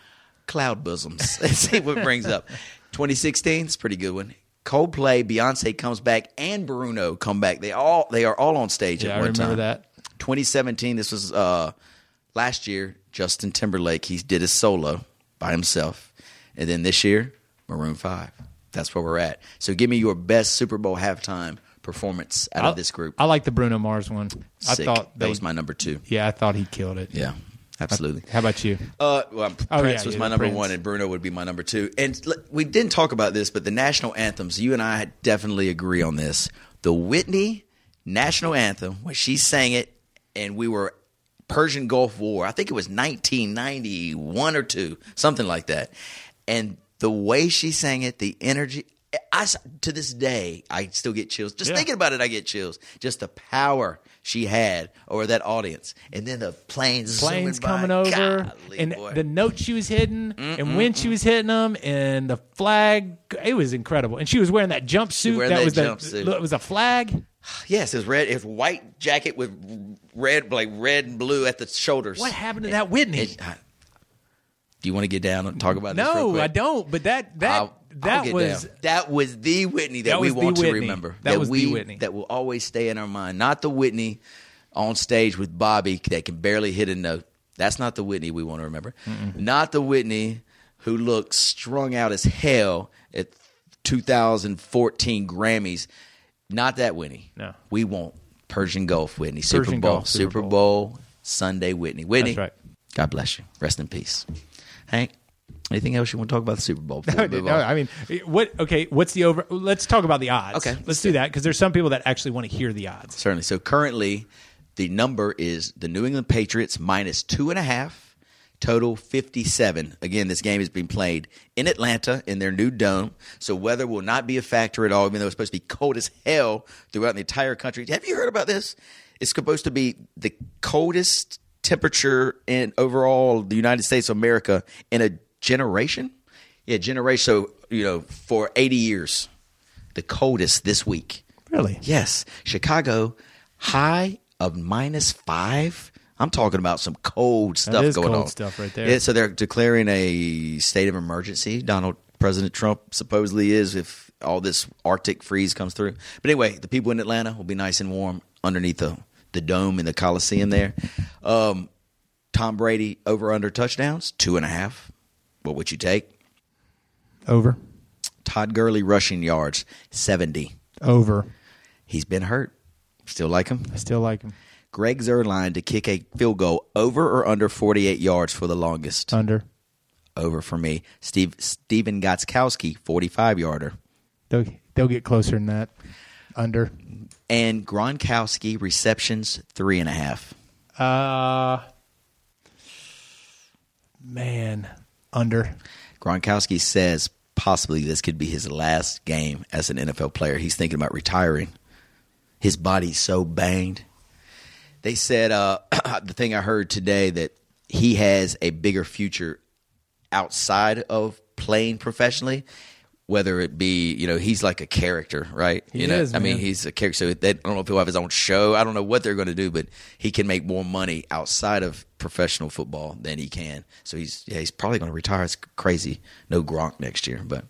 [SPEAKER 1] cloud bosoms and see what brings up. 2016 is a pretty good one. Coldplay, Beyonce comes back, and Bruno come back. They all they are all on stage
[SPEAKER 2] yeah,
[SPEAKER 1] at
[SPEAKER 2] I
[SPEAKER 1] one
[SPEAKER 2] remember
[SPEAKER 1] time.
[SPEAKER 2] that.
[SPEAKER 1] 2017. This was uh, last year. Justin Timberlake he did his solo by himself, and then this year Maroon Five. That's where we're at. So give me your best Super Bowl halftime performance out
[SPEAKER 2] I-
[SPEAKER 1] of this group.
[SPEAKER 2] I like the Bruno Mars one.
[SPEAKER 1] Sick.
[SPEAKER 2] I thought
[SPEAKER 1] that
[SPEAKER 2] they-
[SPEAKER 1] was my number two.
[SPEAKER 2] Yeah, I thought he killed it.
[SPEAKER 1] Yeah, absolutely.
[SPEAKER 2] How about you?
[SPEAKER 1] Uh, well,
[SPEAKER 2] Oh,
[SPEAKER 1] Prince
[SPEAKER 2] yeah,
[SPEAKER 1] was
[SPEAKER 2] yeah,
[SPEAKER 1] my number
[SPEAKER 2] Prince.
[SPEAKER 1] one, and Bruno would be my number two. And l- we didn't talk about this, but the national anthems, you and I definitely agree on this. The Whitney national anthem, when she sang it, and we were Persian Gulf War, I think it was 1991 or two, something like that. And the way she sang it, the energy, I, s- to this day, I still get chills. Just
[SPEAKER 2] Yeah.
[SPEAKER 1] thinking about it, I get chills. Just the power she had over that audience. And then the planes, zooming
[SPEAKER 2] planes
[SPEAKER 1] by.
[SPEAKER 2] coming over
[SPEAKER 1] Golly,
[SPEAKER 2] and
[SPEAKER 1] boy.
[SPEAKER 2] the notes she was hitting and when she was hitting them and the flag it was incredible and she was wearing that jumpsuit
[SPEAKER 1] wearing
[SPEAKER 2] that,
[SPEAKER 1] that
[SPEAKER 2] was
[SPEAKER 1] jumpsuit.
[SPEAKER 2] the it was a flag
[SPEAKER 1] Yes, it's red. It's white jacket with red, like red and blue at the shoulders.
[SPEAKER 2] what happened to that whitney
[SPEAKER 1] It- I- do you want to get down and talk about this? real
[SPEAKER 2] no
[SPEAKER 1] quick?
[SPEAKER 2] i don't but that that
[SPEAKER 1] I'll- I'll
[SPEAKER 2] that
[SPEAKER 1] get
[SPEAKER 2] was
[SPEAKER 1] down. that was the Whitney that,
[SPEAKER 2] That
[SPEAKER 1] we
[SPEAKER 2] was the
[SPEAKER 1] want to
[SPEAKER 2] Whitney.
[SPEAKER 1] remember.
[SPEAKER 2] That was the
[SPEAKER 1] we,
[SPEAKER 2] Whitney.
[SPEAKER 1] that will always stay in our mind. Not the Whitney on stage with Bobby that can barely hit a note. That's not the Whitney we want to remember. Not the Whitney who looked strung out as hell at 2014 Grammys. Not that Whitney.
[SPEAKER 2] No.
[SPEAKER 1] we want Persian Gulf Whitney, Super
[SPEAKER 2] Persian
[SPEAKER 1] Bowl,
[SPEAKER 2] Gulf, Super
[SPEAKER 1] Super Bowl. Sunday Whitney. Whitney,
[SPEAKER 2] That's right.
[SPEAKER 1] God bless you. Rest in peace, Hank. Anything else you want to talk about the Super Bowl? before
[SPEAKER 2] No,
[SPEAKER 1] we move
[SPEAKER 2] no,
[SPEAKER 1] on?
[SPEAKER 2] I mean, what? Okay, what's the over? Let's talk about the odds.
[SPEAKER 1] Okay, let's
[SPEAKER 2] let's do that because there's some people that actually want to hear the odds.
[SPEAKER 1] Certainly. So currently, the number is the New England Patriots minus two and a half, total 57. Again, this game is being played in Atlanta in their new dome. So weather will not be a factor at all, even though it's supposed to be cold as hell throughout the entire country. Have you heard about this? It's supposed to be the coldest temperature in overall the United States of America in a generation. Yeah, generation. So, you know, for 80 years, the coldest this week.
[SPEAKER 2] Really?
[SPEAKER 1] Yes, Chicago high of minus five. I'm talking about some cold stuff
[SPEAKER 2] is
[SPEAKER 1] going
[SPEAKER 2] cold
[SPEAKER 1] on.
[SPEAKER 2] stuff right there.
[SPEAKER 1] Yeah, so they're declaring a state of emergency. Donald President Trump supposedly is if all this Arctic freeze comes through. But anyway, the people in Atlanta will be nice and warm underneath the the dome in the Coliseum there. Um, Tom Brady over under touchdowns two and a half. What would you take?
[SPEAKER 2] Over,
[SPEAKER 1] Todd Gurley rushing yards seventy.
[SPEAKER 2] over.
[SPEAKER 1] He's been hurt. Still like him.
[SPEAKER 2] I still like him.
[SPEAKER 1] Greg Zerline to kick a field goal over or under 48 yards for the longest.
[SPEAKER 2] Under.
[SPEAKER 1] Over for me. Steve Steven Gotskowski, 45 yarder.
[SPEAKER 2] They'll they'll get closer than that. Under.
[SPEAKER 1] And Gronkowski receptions three and a half.
[SPEAKER 2] Uh man, under.
[SPEAKER 1] Gronkowski says possibly this could be his last game as an NFL player. He's thinking about retiring. His body's so banged. They said uh, the thing I heard today that he has a bigger future outside of playing professionally, whether it be you know he's like a character, right? you know,
[SPEAKER 2] is,
[SPEAKER 1] I mean
[SPEAKER 2] man.
[SPEAKER 1] he's a character. So they, I don't know if he'll have his own show. I don't know what they're going to do, but he can make more money outside of professional football than he can. So he's yeah he's probably going to retire. It's crazy. No Gronk next year, but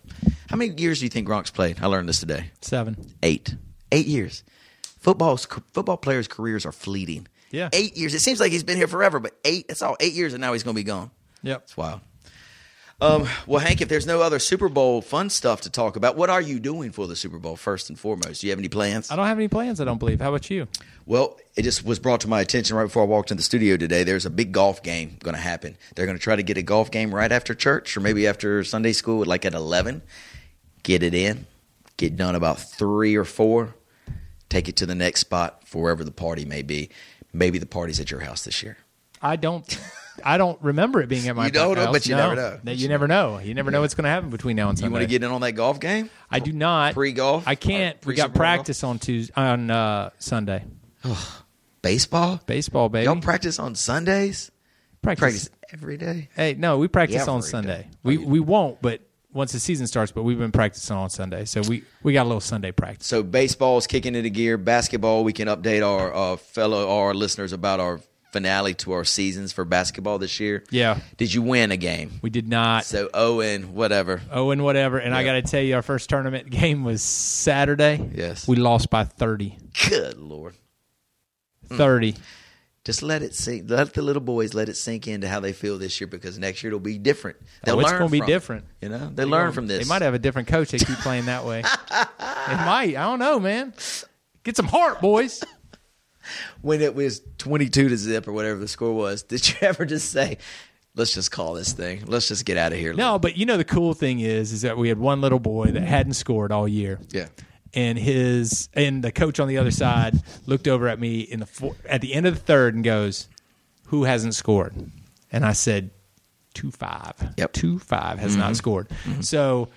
[SPEAKER 1] how many years do you think Gronk's played? I learned this today
[SPEAKER 2] Seven.
[SPEAKER 1] eight eight years football's football players careers are fleeting
[SPEAKER 2] Yeah.
[SPEAKER 1] eight years it seems like he's been here forever but eight that's all eight years and now he's gonna be gone
[SPEAKER 2] Yep.
[SPEAKER 1] It's wild. Um, well, Hank, if there's no other Super Bowl fun stuff to talk about, what are you doing for the Super Bowl first and foremost? Do you have any plans?
[SPEAKER 2] I don't have any plans. I don't believe. How about you?
[SPEAKER 1] Well, it just was brought to my attention right before I walked in the studio today. There's a big golf game going to happen. They're going to try to get a golf game right after church or maybe after Sunday school, like at 11. Get it in, get done about three or four, take it to the next spot, for wherever the party may be. Maybe the party's at your house this year.
[SPEAKER 2] I don't. I don't remember it being at my.
[SPEAKER 1] You don't know,
[SPEAKER 2] house.
[SPEAKER 1] but you
[SPEAKER 2] No.
[SPEAKER 1] never know.
[SPEAKER 2] That You never know. You never know what's going to happen between now and Sunday.
[SPEAKER 1] You want to get in on that golf game?
[SPEAKER 2] I do not
[SPEAKER 1] Pre-golf?
[SPEAKER 2] I can't.
[SPEAKER 1] Or
[SPEAKER 2] we got
[SPEAKER 1] pre-Super Bowl?
[SPEAKER 2] practice on Tuesday on uh, Sunday.
[SPEAKER 1] Baseball?
[SPEAKER 2] Baseball, baby.
[SPEAKER 1] Y'all practice on Sundays? Practice every day.
[SPEAKER 2] Hey, no, we practice
[SPEAKER 1] Yeah,
[SPEAKER 2] on
[SPEAKER 1] for a
[SPEAKER 2] Sunday.
[SPEAKER 1] day.
[SPEAKER 2] We we won't, but once the season starts. But we've been practicing on Sunday, so we we got a little Sunday practice.
[SPEAKER 1] So baseball's kicking into gear. Basketball, we can update our uh, fellow our listeners about our finale to our seasons for basketball this year.
[SPEAKER 2] Yeah.
[SPEAKER 1] Did you win a game?
[SPEAKER 2] We did not
[SPEAKER 1] So Owen, whatever.
[SPEAKER 2] Oh, and whatever. And I got to tell you, our first tournament game was Saturday.
[SPEAKER 1] Yes.
[SPEAKER 2] We lost by 30.
[SPEAKER 1] Good lord. Hmm.
[SPEAKER 2] 30.
[SPEAKER 1] Just let it sink. Let the little boys let it sink into how they feel this year because next year it'll be different. They'll
[SPEAKER 2] Oh, it's
[SPEAKER 1] learn.
[SPEAKER 2] gonna be
[SPEAKER 1] from it.
[SPEAKER 2] different.
[SPEAKER 1] You know, they learn from this.
[SPEAKER 2] Um, They might have a different coach. They keep playing that way. it might. I don't know, man. Get some heart, boys.
[SPEAKER 1] when it was 22 to zip or whatever the score was, did you ever just say, let's just call this thing? Let's just get out of here?
[SPEAKER 2] No, but you know the cool thing is, is that we had one little boy that hadn't scored all year.
[SPEAKER 1] Yeah.
[SPEAKER 2] And his and the coach on the other side looked over at me in the four, at the end of the third and goes, "Who hasn't scored?" And I said, two five.
[SPEAKER 1] Yep. Mm-hmm.
[SPEAKER 2] Two five has not scored. So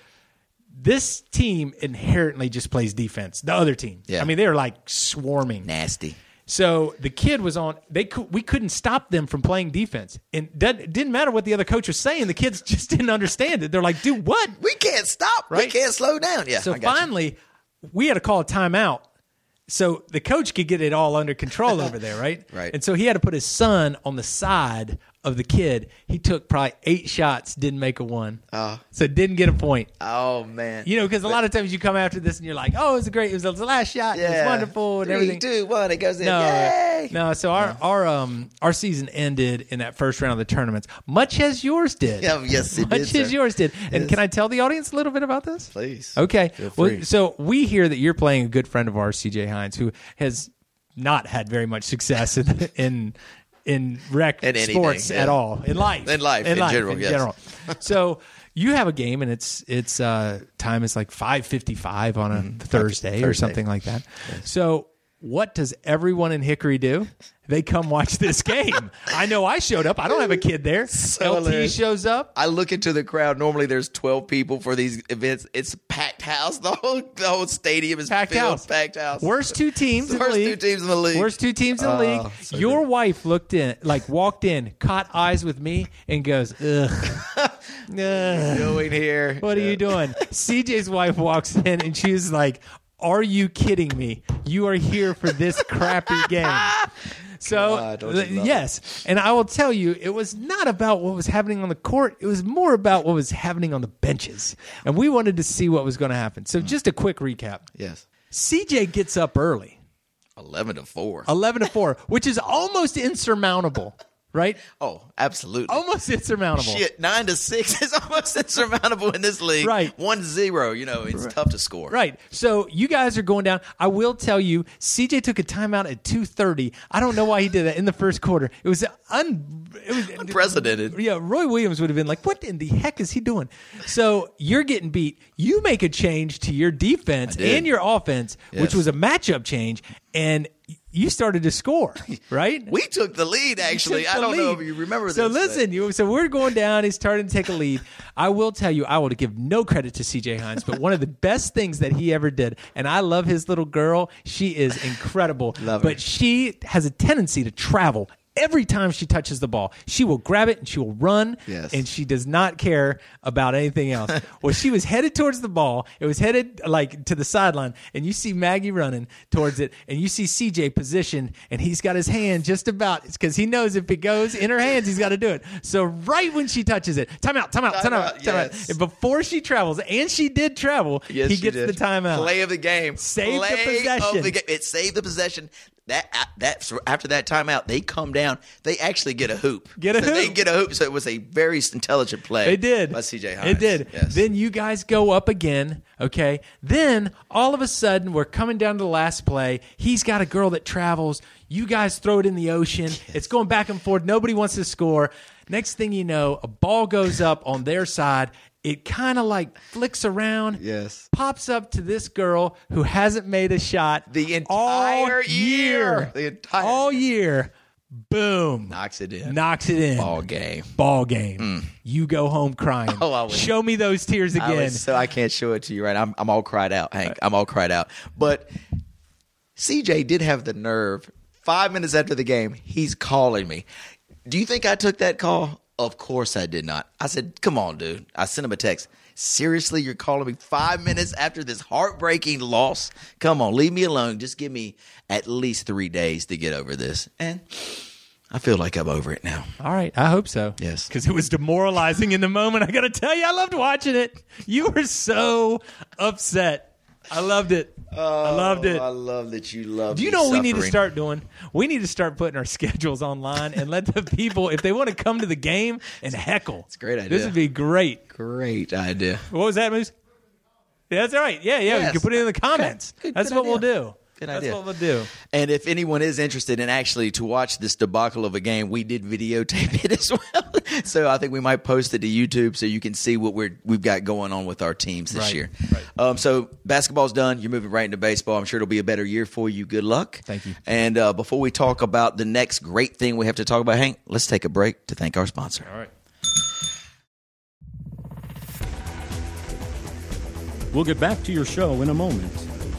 [SPEAKER 2] this team inherently just plays defense. The other team,
[SPEAKER 1] Yeah.
[SPEAKER 2] I mean, they're like swarming.
[SPEAKER 1] Nasty.
[SPEAKER 2] So the kid was on. They cou- we couldn't stop them from playing defense, and that, it didn't matter what the other coach was saying. The kids just didn't understand it. They're like, "Dude, what?"
[SPEAKER 1] We can't stop. We
[SPEAKER 2] Right?
[SPEAKER 1] can't slow down. Yeah.
[SPEAKER 2] So
[SPEAKER 1] I got you.
[SPEAKER 2] finally, we had to call a timeout. So the coach could get it all under control over there, right?
[SPEAKER 1] Right.
[SPEAKER 2] And so he had to put his son on the side of the kid. He took probably eight shots, didn't make a one.
[SPEAKER 1] Uh.
[SPEAKER 2] Oh. So didn't get a point.
[SPEAKER 1] Oh, man.
[SPEAKER 2] You know, because a lot of times you come after this and you're like, oh, it was a great, it was the last shot. It was wonderful and
[SPEAKER 1] Three,
[SPEAKER 2] everything.
[SPEAKER 1] two, one. It goes in.
[SPEAKER 2] No,
[SPEAKER 1] Yay.
[SPEAKER 2] no. So our our um our season ended in that first round of the tournaments, much as yours did.
[SPEAKER 1] Yeah, yes, it
[SPEAKER 2] much
[SPEAKER 1] did,
[SPEAKER 2] as
[SPEAKER 1] sir.
[SPEAKER 2] yours did. And
[SPEAKER 1] Yes.
[SPEAKER 2] can I tell the audience a little bit about this?
[SPEAKER 1] Please.
[SPEAKER 2] Okay.
[SPEAKER 1] Feel
[SPEAKER 2] Well,
[SPEAKER 1] free.
[SPEAKER 2] so we hear that you're playing a good friend of ours, CJ Hines, who has not had very much success in in in rec
[SPEAKER 1] In anything,
[SPEAKER 2] sports
[SPEAKER 1] yeah.
[SPEAKER 2] at all in life
[SPEAKER 1] In life, in general, yes.
[SPEAKER 2] so you have a game and it's it's uh time is like 5:55 on a Thursday or
[SPEAKER 1] Mm-hmm. Thursday.
[SPEAKER 2] something like that. So what does everyone in Hickory do? They come watch this game. I know I showed up. I don't have a kid there.
[SPEAKER 1] So
[SPEAKER 2] LT
[SPEAKER 1] hilarious.
[SPEAKER 2] shows up.
[SPEAKER 1] I look into the crowd. Normally, there's 12 people for these events. It's a packed house. The whole the whole stadium is
[SPEAKER 2] Packed
[SPEAKER 1] filled.
[SPEAKER 2] house.
[SPEAKER 1] Packed house.
[SPEAKER 2] Worst two teams in the
[SPEAKER 1] Worst two
[SPEAKER 2] league.
[SPEAKER 1] teams in the league. Oh,
[SPEAKER 2] Worst two teams in the league. Your wife looked in, like walked in, caught eyes with me, and goes, "Ugh, Ugh.
[SPEAKER 1] Going here.
[SPEAKER 2] what are
[SPEAKER 1] Yeah.
[SPEAKER 2] you doing?" CJ's wife walks in, and she's like, "Are you kidding me? You are here for this crappy game." So
[SPEAKER 1] God, don't you
[SPEAKER 2] th-
[SPEAKER 1] love it?
[SPEAKER 2] yes, and I will tell you, it was not about what was happening on the court. It was more about what was happening on the benches, and we wanted to see what was going to happen.
[SPEAKER 1] Mm.
[SPEAKER 2] So just a quick recap:
[SPEAKER 1] Yes.
[SPEAKER 2] CJ gets up early.
[SPEAKER 1] 11 to 4.
[SPEAKER 2] 11 to 4, which is almost insurmountable, right?
[SPEAKER 1] Oh, absolutely.
[SPEAKER 2] Almost insurmountable.
[SPEAKER 1] Shit, nine to six is almost insurmountable in this league.
[SPEAKER 2] Right.
[SPEAKER 1] one zero. You know, it's tough to score.
[SPEAKER 2] Right. So you guys are going down. I will tell you, CJ took a timeout at 2:30. I don't know why he did that in the first quarter. It was un it was
[SPEAKER 1] Unprecedented.
[SPEAKER 2] Yeah, Roy Williams would have been like, "What in the heck is he doing?" So you're getting beat. You make a change to your defense
[SPEAKER 1] did.
[SPEAKER 2] and your offense, which
[SPEAKER 1] Yes.
[SPEAKER 2] was a matchup change, and you started to score, right?
[SPEAKER 1] We took the lead. Actually,
[SPEAKER 2] took
[SPEAKER 1] I
[SPEAKER 2] the
[SPEAKER 1] don't know
[SPEAKER 2] lead.
[SPEAKER 1] if you remember.
[SPEAKER 2] So
[SPEAKER 1] this, but-
[SPEAKER 2] listen, you so we're going down. He's starting to take a lead. I will tell you, I will give no credit to C.J. Hines, but one of the best things that he ever did, and I love his little girl. She is incredible.
[SPEAKER 1] Love her.
[SPEAKER 2] but she has a tendency to travel. Every time she touches the ball, she will grab it and she will run,
[SPEAKER 1] Yes.
[SPEAKER 2] and she does not care about anything else. well, she was headed towards the ball. It was headed like to the sideline, and you see Maggie running towards it, and you see CJ positioned, and he's got his hand just about because he knows if it goes in her hands, he's got to do it. So right when she touches it, timeout, timeout, timeout, timeout.
[SPEAKER 1] Timeout, yes.
[SPEAKER 2] And before she travels, and she did travel,
[SPEAKER 1] Yes,
[SPEAKER 2] he
[SPEAKER 1] she
[SPEAKER 2] gets
[SPEAKER 1] did.
[SPEAKER 2] the timeout.
[SPEAKER 1] Play of the game.
[SPEAKER 2] Saved the
[SPEAKER 1] Play
[SPEAKER 2] possession.
[SPEAKER 1] Of the game. It saved the possession. That that's after that timeout, they come down, they actually get a hoop.
[SPEAKER 2] Get a
[SPEAKER 1] So They
[SPEAKER 2] hoop.
[SPEAKER 1] get a hoop. So it was a very intelligent play.
[SPEAKER 2] They did.
[SPEAKER 1] by C.J. Hines.
[SPEAKER 2] It did.
[SPEAKER 1] Yes.
[SPEAKER 2] Then you guys go up again. Okay. Then all of a sudden we're coming down to the last play. He's got a girl that travels. You guys throw it in the ocean. It's going back and forth. Nobody wants to score. Next thing you know, a ball goes up on their side. It kind of like flicks around.
[SPEAKER 1] Yes.
[SPEAKER 2] Pops up to this girl who hasn't made a shot
[SPEAKER 1] The
[SPEAKER 2] all
[SPEAKER 1] entire year. The entire
[SPEAKER 2] all year. Boom.
[SPEAKER 1] knocks it in.
[SPEAKER 2] Knocks it in
[SPEAKER 1] All game.
[SPEAKER 2] ball game. You go home crying.
[SPEAKER 1] Mm. Oh, I was-
[SPEAKER 2] Show me those tears
[SPEAKER 1] I
[SPEAKER 2] again.
[SPEAKER 1] was- so I can't show it to you right. I'm I'm all cried out, Hank. I'm all cried out. But CJ did have the nerve. Five minutes after the game, he's calling me. Do you think I took that call? Of course I did not. I said, "Come on, dude." I sent him a text. Seriously, you're calling me five minutes after this heartbreaking loss? Come on, leave me alone. Just give me at least three days to get over this. And I feel like I'm over it now.
[SPEAKER 2] All right, I hope so.
[SPEAKER 1] Yes.
[SPEAKER 2] because it was demoralizing in the moment. I got to tell you, I loved watching it. You were so upset. I loved it. I loved it.
[SPEAKER 1] Oh, I love that you love.
[SPEAKER 2] Do you know what we need to start doing? We need to start putting our schedules online and let the people, if they want to come to the game and heckle. It's a
[SPEAKER 1] great
[SPEAKER 2] This
[SPEAKER 1] idea.
[SPEAKER 2] would be great.
[SPEAKER 1] Great idea.
[SPEAKER 2] What was that, Moose? Yeah, that's all right. Yeah, yeah.
[SPEAKER 1] Yes.
[SPEAKER 2] You can put it in the comments.
[SPEAKER 1] Good-
[SPEAKER 2] That's
[SPEAKER 1] good
[SPEAKER 2] what
[SPEAKER 1] idea.
[SPEAKER 2] we'll do.
[SPEAKER 1] Good
[SPEAKER 2] that's
[SPEAKER 1] idea.
[SPEAKER 2] what we'll do.
[SPEAKER 1] And if anyone is interested in actually to watch this debacle of a game, we did videotape it as well. so I think we might post it to YouTube so you can see what we're we've got going on with our teams this
[SPEAKER 2] Right,
[SPEAKER 1] year.
[SPEAKER 2] right.
[SPEAKER 1] Um, so basketball's done. You're moving right into baseball. I'm sure it'll be a better year for you. Good luck.
[SPEAKER 2] Thank you.
[SPEAKER 1] And uh, before we talk about the next great thing we have to talk about, Hank, let's take a break to thank our sponsor.
[SPEAKER 2] All right.
[SPEAKER 3] We'll get back to your show in a moment.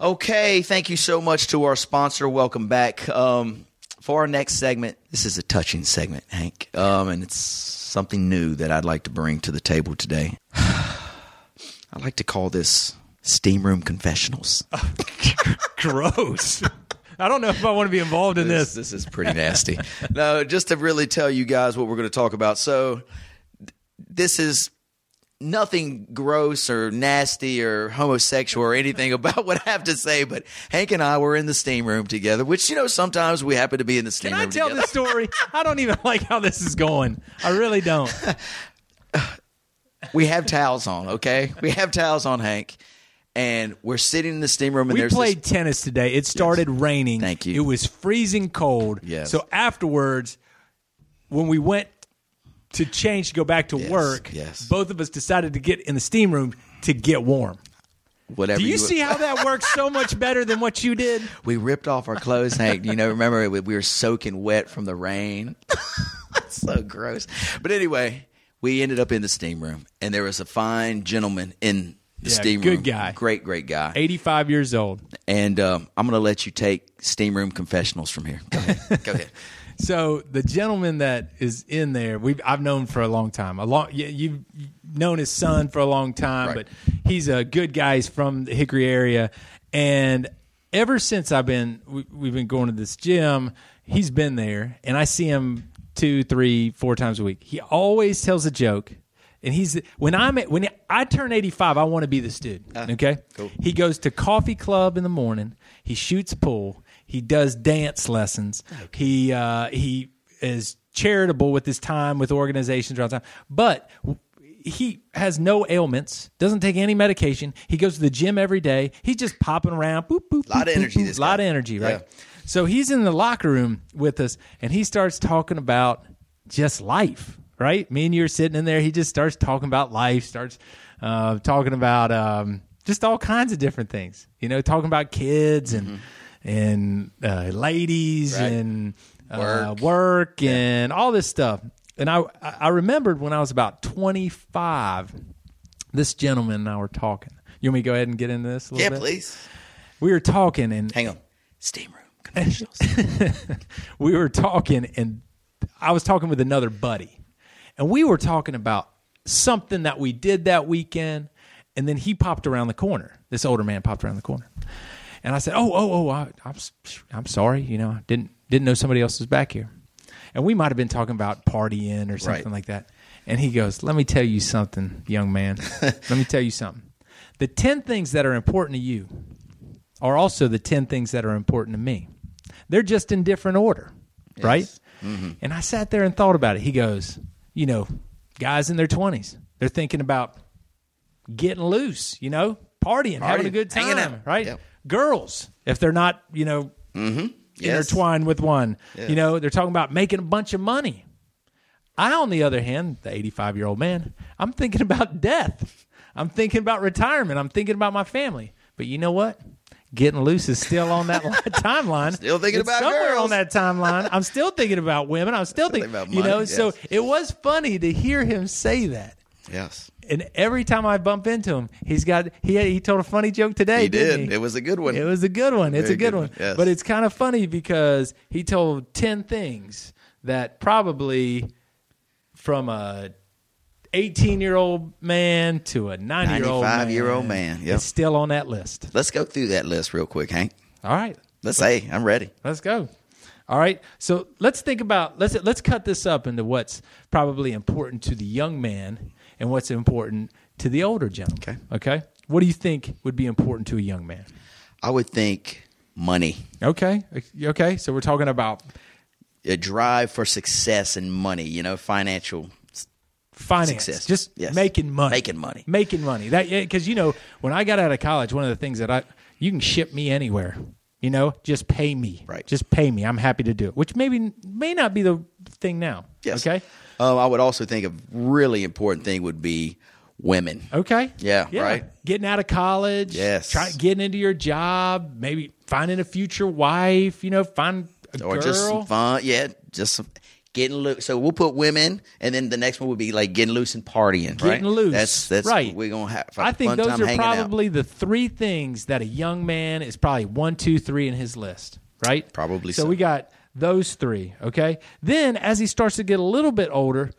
[SPEAKER 1] Okay, thank you so much to our sponsor. Welcome back. Um, for our next segment, this is a touching segment, Hank, um, and it's something new that I'd like to bring to the table today. I like to call this Steam Room Confessionals.
[SPEAKER 2] gross. I don't know if I want to be involved in this.
[SPEAKER 1] This is pretty nasty. no, just to really tell you guys what we're going to talk about. So, th- this is nothing gross or nasty or homosexual or anything about what I have to say, but Hank and I were in the steam room together, which, you know, sometimes we happen to be in the steam
[SPEAKER 2] Can I
[SPEAKER 1] room
[SPEAKER 2] tell
[SPEAKER 1] together.
[SPEAKER 2] this story? I don't even like how this is going. I really don't.
[SPEAKER 1] We have towels on, okay? We have towels on, Hank. And we're sitting in the steam room and
[SPEAKER 2] We
[SPEAKER 1] there's this-
[SPEAKER 2] played tennis today. It started raining.
[SPEAKER 1] Thank you.
[SPEAKER 2] It was freezing cold.
[SPEAKER 1] Yes.
[SPEAKER 2] So afterwards, when we went to change to go back to work,
[SPEAKER 1] yes.
[SPEAKER 2] both of us decided to get in the steam room to get warm.
[SPEAKER 1] whatever
[SPEAKER 2] Do you see how that works so much better than what you did?
[SPEAKER 1] we ripped off our clothes, Hank. You know, remember we, we were soaking wet from the rain. That's so gross. But anyway, we ended up in the steam room, and there was a fine gentleman in the
[SPEAKER 2] Yeah,
[SPEAKER 1] steam
[SPEAKER 2] good
[SPEAKER 1] room.
[SPEAKER 2] guy.
[SPEAKER 1] great, great guy.
[SPEAKER 2] 85 years old.
[SPEAKER 1] And um, I'm going to let you take steam room confessionals from here. Go ahead. Go ahead.
[SPEAKER 2] So the gentleman that is in there, we have I've known for a long time. A long you- you've known his son for a long time,
[SPEAKER 1] Right.
[SPEAKER 2] but he's a good guy. He's from the Hickory area, and ever since I've been we, we've been going to this gym, he's been there, and I see him two, three, four times a week. He always tells a joke. And he's when I'm at, when I turn 85, I want to be this dude. okay,
[SPEAKER 1] cool.
[SPEAKER 2] he goes to coffee club in the morning. He shoots pool. He does dance lessons. He uh, he is charitable with his time with organizations around time. But w- he has no ailments. Doesn't take any medication. He goes to the gym every day. He's just popping around. Boop boop.
[SPEAKER 1] Lot of
[SPEAKER 2] boop,
[SPEAKER 1] energy,
[SPEAKER 2] boop,
[SPEAKER 1] this
[SPEAKER 2] lot
[SPEAKER 1] guy.
[SPEAKER 2] of energy, right?
[SPEAKER 1] Yeah.
[SPEAKER 2] So he's in the locker room with us and he starts talking about just life, right? Me and you are sitting in there. He just starts talking about life, starts uh, talking about um, just all kinds of different things, you know, talking about kids and, and uh, ladies
[SPEAKER 1] Mm-hmm. Right.
[SPEAKER 2] and uh,
[SPEAKER 1] Work.
[SPEAKER 2] work, and all this stuff. And I, I I remembered when I was about 25, this gentleman and I were talking. You want me to go ahead and get into this a little
[SPEAKER 1] Yeah,
[SPEAKER 2] bit?
[SPEAKER 1] please.
[SPEAKER 2] We were talking and
[SPEAKER 1] Hang on. Steam room confessionals.
[SPEAKER 2] we were talking and I was talking with another buddy and we were talking about something that we did that weekend. And then he popped around the corner. This older man popped around the corner. And I said, "Oh, oh, oh, I, I'm, s- I'm sorry. You know, I didn't didn't know somebody else was back here." And we might have been talking about partying or something
[SPEAKER 1] Right.
[SPEAKER 2] like that. And he goes, "Let me tell you something, young man. Let me tell you something. The ten things that are important to you are also the ten things that are important to me. They're just in different order, right?"
[SPEAKER 1] Mm-hmm.
[SPEAKER 2] And I sat there and thought about it. He goes, "You know, guys in their twenties, they're thinking about getting loose, you know, partying, having a
[SPEAKER 1] Partying,
[SPEAKER 2] good
[SPEAKER 1] hanging
[SPEAKER 2] time,
[SPEAKER 1] out.
[SPEAKER 2] right?
[SPEAKER 1] Yep.
[SPEAKER 2] Girls, if they're not, you know,
[SPEAKER 1] Yes.
[SPEAKER 2] intertwined with one,
[SPEAKER 1] Yes.
[SPEAKER 2] you know, they're talking about making a bunch of money. I, on the other hand, the 85 year old man, I'm thinking about death. I'm thinking about retirement. I'm thinking about my family. But you know what? Getting loose is still on that li- timeline.
[SPEAKER 1] Still thinking
[SPEAKER 2] It's
[SPEAKER 1] about
[SPEAKER 2] somewhere
[SPEAKER 1] girls.
[SPEAKER 2] on that timeline. I'm still thinking about women. I'm still thinking,
[SPEAKER 1] thinking about
[SPEAKER 2] you know.
[SPEAKER 1] money,
[SPEAKER 2] So
[SPEAKER 1] yes.
[SPEAKER 2] it was funny to hear him say that.
[SPEAKER 1] Yes.
[SPEAKER 2] And every time I bump into him, he's got he he told a funny joke today.
[SPEAKER 1] He
[SPEAKER 2] didn't
[SPEAKER 1] did.
[SPEAKER 2] He?
[SPEAKER 1] It was a good one.
[SPEAKER 2] It was a good one. It's
[SPEAKER 1] Very
[SPEAKER 2] a good,
[SPEAKER 1] good
[SPEAKER 2] one.
[SPEAKER 1] one. Yes.
[SPEAKER 2] But it's kind of funny because he told ten things that probably from a eighteen year old man to a ninety year old
[SPEAKER 1] 95-year-old man. Yep.
[SPEAKER 2] It's still on that list.
[SPEAKER 1] Let's go through that list real quick, Hank.
[SPEAKER 2] All right.
[SPEAKER 1] Let's say I'm ready.
[SPEAKER 2] Let's go. All right. So let's think about let's let's cut this up into what's probably important to the young man and what's important to the older gentleman.
[SPEAKER 1] Okay.
[SPEAKER 2] Okay. What do you think would be important to a young man?
[SPEAKER 1] I would think money,
[SPEAKER 2] Okay. Okay. So we're talking about
[SPEAKER 1] a drive for success and money, you know, financial.
[SPEAKER 2] finance,
[SPEAKER 1] Success.
[SPEAKER 2] just
[SPEAKER 1] Yes.
[SPEAKER 2] making money,
[SPEAKER 1] Making money.
[SPEAKER 2] making money. That because you know when I got out of college, one of the things that I you can ship me anywhere. You know, just pay me.
[SPEAKER 1] Right.
[SPEAKER 2] Just pay me. I'm happy to do it. Which maybe may not be the thing now.
[SPEAKER 1] Yes.
[SPEAKER 2] Okay.
[SPEAKER 1] Um, I would also think a really important thing would be women.
[SPEAKER 2] Okay.
[SPEAKER 1] Yeah, right.
[SPEAKER 2] Getting out of college.
[SPEAKER 1] Yes.
[SPEAKER 2] Try getting into your job. Maybe finding a future wife. You know, find a
[SPEAKER 1] or
[SPEAKER 2] girl.
[SPEAKER 1] just some fun. Yeah, just some getting loose. So we'll put women, and then the next one would be like getting loose and partying.
[SPEAKER 2] getting
[SPEAKER 1] right?
[SPEAKER 2] loose.
[SPEAKER 1] That's that's
[SPEAKER 2] right.
[SPEAKER 1] We're gonna have.
[SPEAKER 2] I think
[SPEAKER 1] fun
[SPEAKER 2] those
[SPEAKER 1] time
[SPEAKER 2] are
[SPEAKER 1] hanging out.
[SPEAKER 2] probably the three things that a young man is probably one, two, three in his list. Right.
[SPEAKER 1] Probably
[SPEAKER 2] So,
[SPEAKER 1] so.
[SPEAKER 2] we got those three. Okay. Then as he starts to get a little bit older,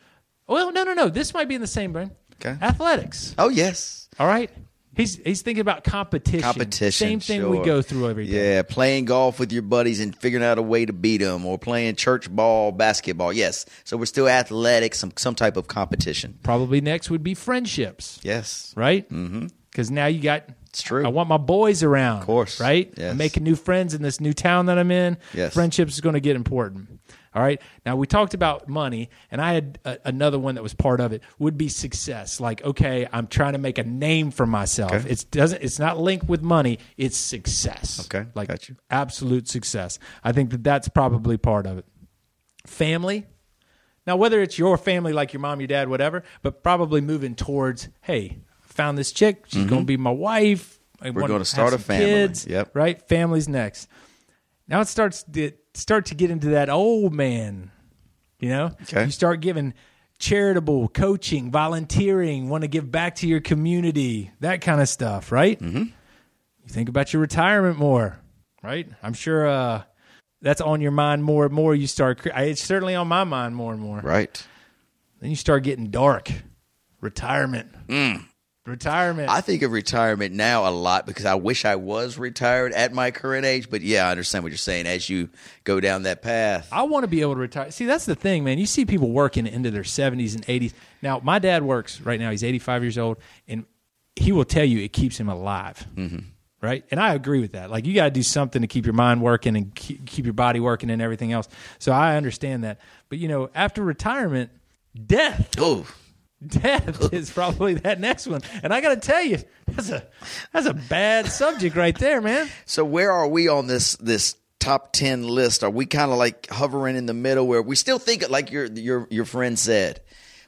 [SPEAKER 2] well, no, no, no. This might be in the same brain.
[SPEAKER 1] Okay.
[SPEAKER 2] Athletics.
[SPEAKER 1] Oh yes,
[SPEAKER 2] All right. He's he's thinking about competition.
[SPEAKER 1] competition.
[SPEAKER 2] Same thing
[SPEAKER 1] sure.
[SPEAKER 2] we go through every day.
[SPEAKER 1] Yeah, playing golf with your buddies and figuring out a way to beat them, or playing church ball, basketball. Yes, so we're still athletic, some some type of competition.
[SPEAKER 2] Probably next would be friendships.
[SPEAKER 1] Yes,
[SPEAKER 2] right? Mm-hmm. Because now you got. It's
[SPEAKER 1] true.
[SPEAKER 2] I want my boys around. Of
[SPEAKER 1] course.
[SPEAKER 2] Right?
[SPEAKER 1] Yes.
[SPEAKER 2] I'm making new friends in this new town that I'm in.
[SPEAKER 1] Yes.
[SPEAKER 2] Friendships is going to get important. All right. Now, we talked about money, and I had a, another one that was part of it would be success. Like, okay, I'm trying to make a name for myself.
[SPEAKER 1] Okay.
[SPEAKER 2] It's doesn't. It's not linked with money, it's success.
[SPEAKER 1] Okay,
[SPEAKER 2] Like,
[SPEAKER 1] got you.
[SPEAKER 2] absolute success. I think that that's probably part of it. Family. Now, whether it's your family, like your mom, your dad, whatever, but probably moving towards, hey, found this chick. She's going to be my wife. I
[SPEAKER 1] Mm-hmm. We're
[SPEAKER 2] wanna
[SPEAKER 1] gonna
[SPEAKER 2] have
[SPEAKER 1] start a
[SPEAKER 2] some
[SPEAKER 1] family.
[SPEAKER 2] Kids,
[SPEAKER 1] Yep.
[SPEAKER 2] Right. Family's next. Now it starts to start to get into that old man. You know,
[SPEAKER 1] Okay.
[SPEAKER 2] you start giving charitable coaching, volunteering, want to give back to your community, that kind of stuff. Right. Mm-hmm. You think about your retirement more. Right. I'm sure. uh that's on your mind more and more. You start. cre- It's certainly on my mind more and more.
[SPEAKER 1] right.
[SPEAKER 2] Then you start getting dark. Retirement. Retirement.
[SPEAKER 1] I think of retirement now a lot because I wish I was retired at my current age. But yeah, I understand what you're saying as you go down that path.
[SPEAKER 2] I want to be able to retire. See, that's the thing, man. You see people working into their 70s and 80s. Now, my dad works right now. He's 85 years old, and he will tell you it keeps him alive. Mm-hmm. Right? And I agree with that. Like, you got to do something to keep your mind working and keep, keep your body working and everything else. So I understand that. But, you know, after retirement, death,
[SPEAKER 1] Oh,
[SPEAKER 2] death is probably that next one. And I got to tell you, that's a, that's a bad subject right there, man.
[SPEAKER 1] so where are we on this this top ten list? Are we kind of like hovering in the middle where we still think like your your your friend said?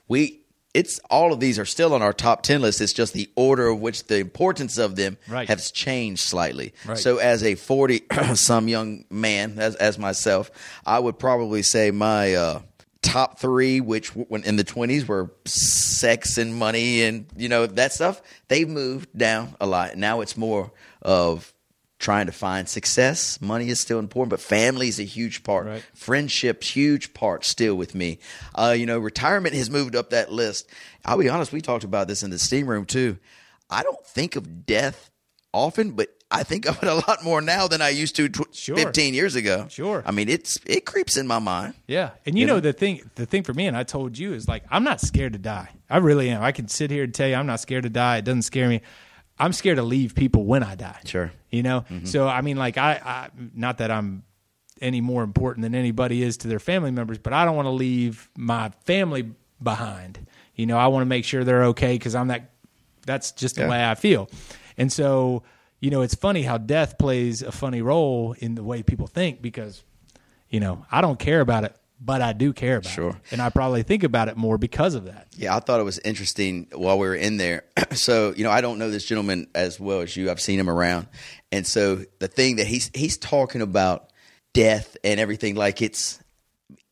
[SPEAKER 1] We it's all of these are still on our top ten list. It's just the order of which the importance of them
[SPEAKER 2] Right.
[SPEAKER 1] has changed slightly.
[SPEAKER 2] Right.
[SPEAKER 1] So as a forty some young man, as as myself, I would probably say my. uh Top three, which w- when in the twenties were sex and money and you know that stuff, they've moved down a lot. Now it's more of trying to find success. Money is still important, but family is a huge part.
[SPEAKER 2] Right.
[SPEAKER 1] Friendships, huge part still with me. Uh, you know, retirement has moved up that list. I'll be honest, we talked about this in the steam room too. I don't think of death often, but I think of it a lot more now than I used to tw-
[SPEAKER 2] Sure.
[SPEAKER 1] 15 years ago.
[SPEAKER 2] Sure.
[SPEAKER 1] I mean, it's it creeps in my mind.
[SPEAKER 2] Yeah, and you, know, the thing the thing for me, and I told you is like I'm not scared to die. I really am. I can sit here and tell you I'm not scared to die. It doesn't scare me. I'm scared to leave people when I die.
[SPEAKER 1] Sure.
[SPEAKER 2] you know. So I mean, like I, I, not that I'm any more important than anybody is to their family members, but I don't want to leave my family behind. You know, I want to make sure they're okay because I'm that. That's just the
[SPEAKER 1] Yeah.
[SPEAKER 2] way I feel, and so you know, it's funny how death plays a funny role in the way people think because you know, I don't care about it, but I do care about it.
[SPEAKER 1] Sure.
[SPEAKER 2] And I probably think about it more because of that.
[SPEAKER 1] Yeah, I thought it was interesting while we were in there. so, you know, I don't know this gentleman as well as you. I've seen him around. And so the thing that he's he's talking about death and everything like it's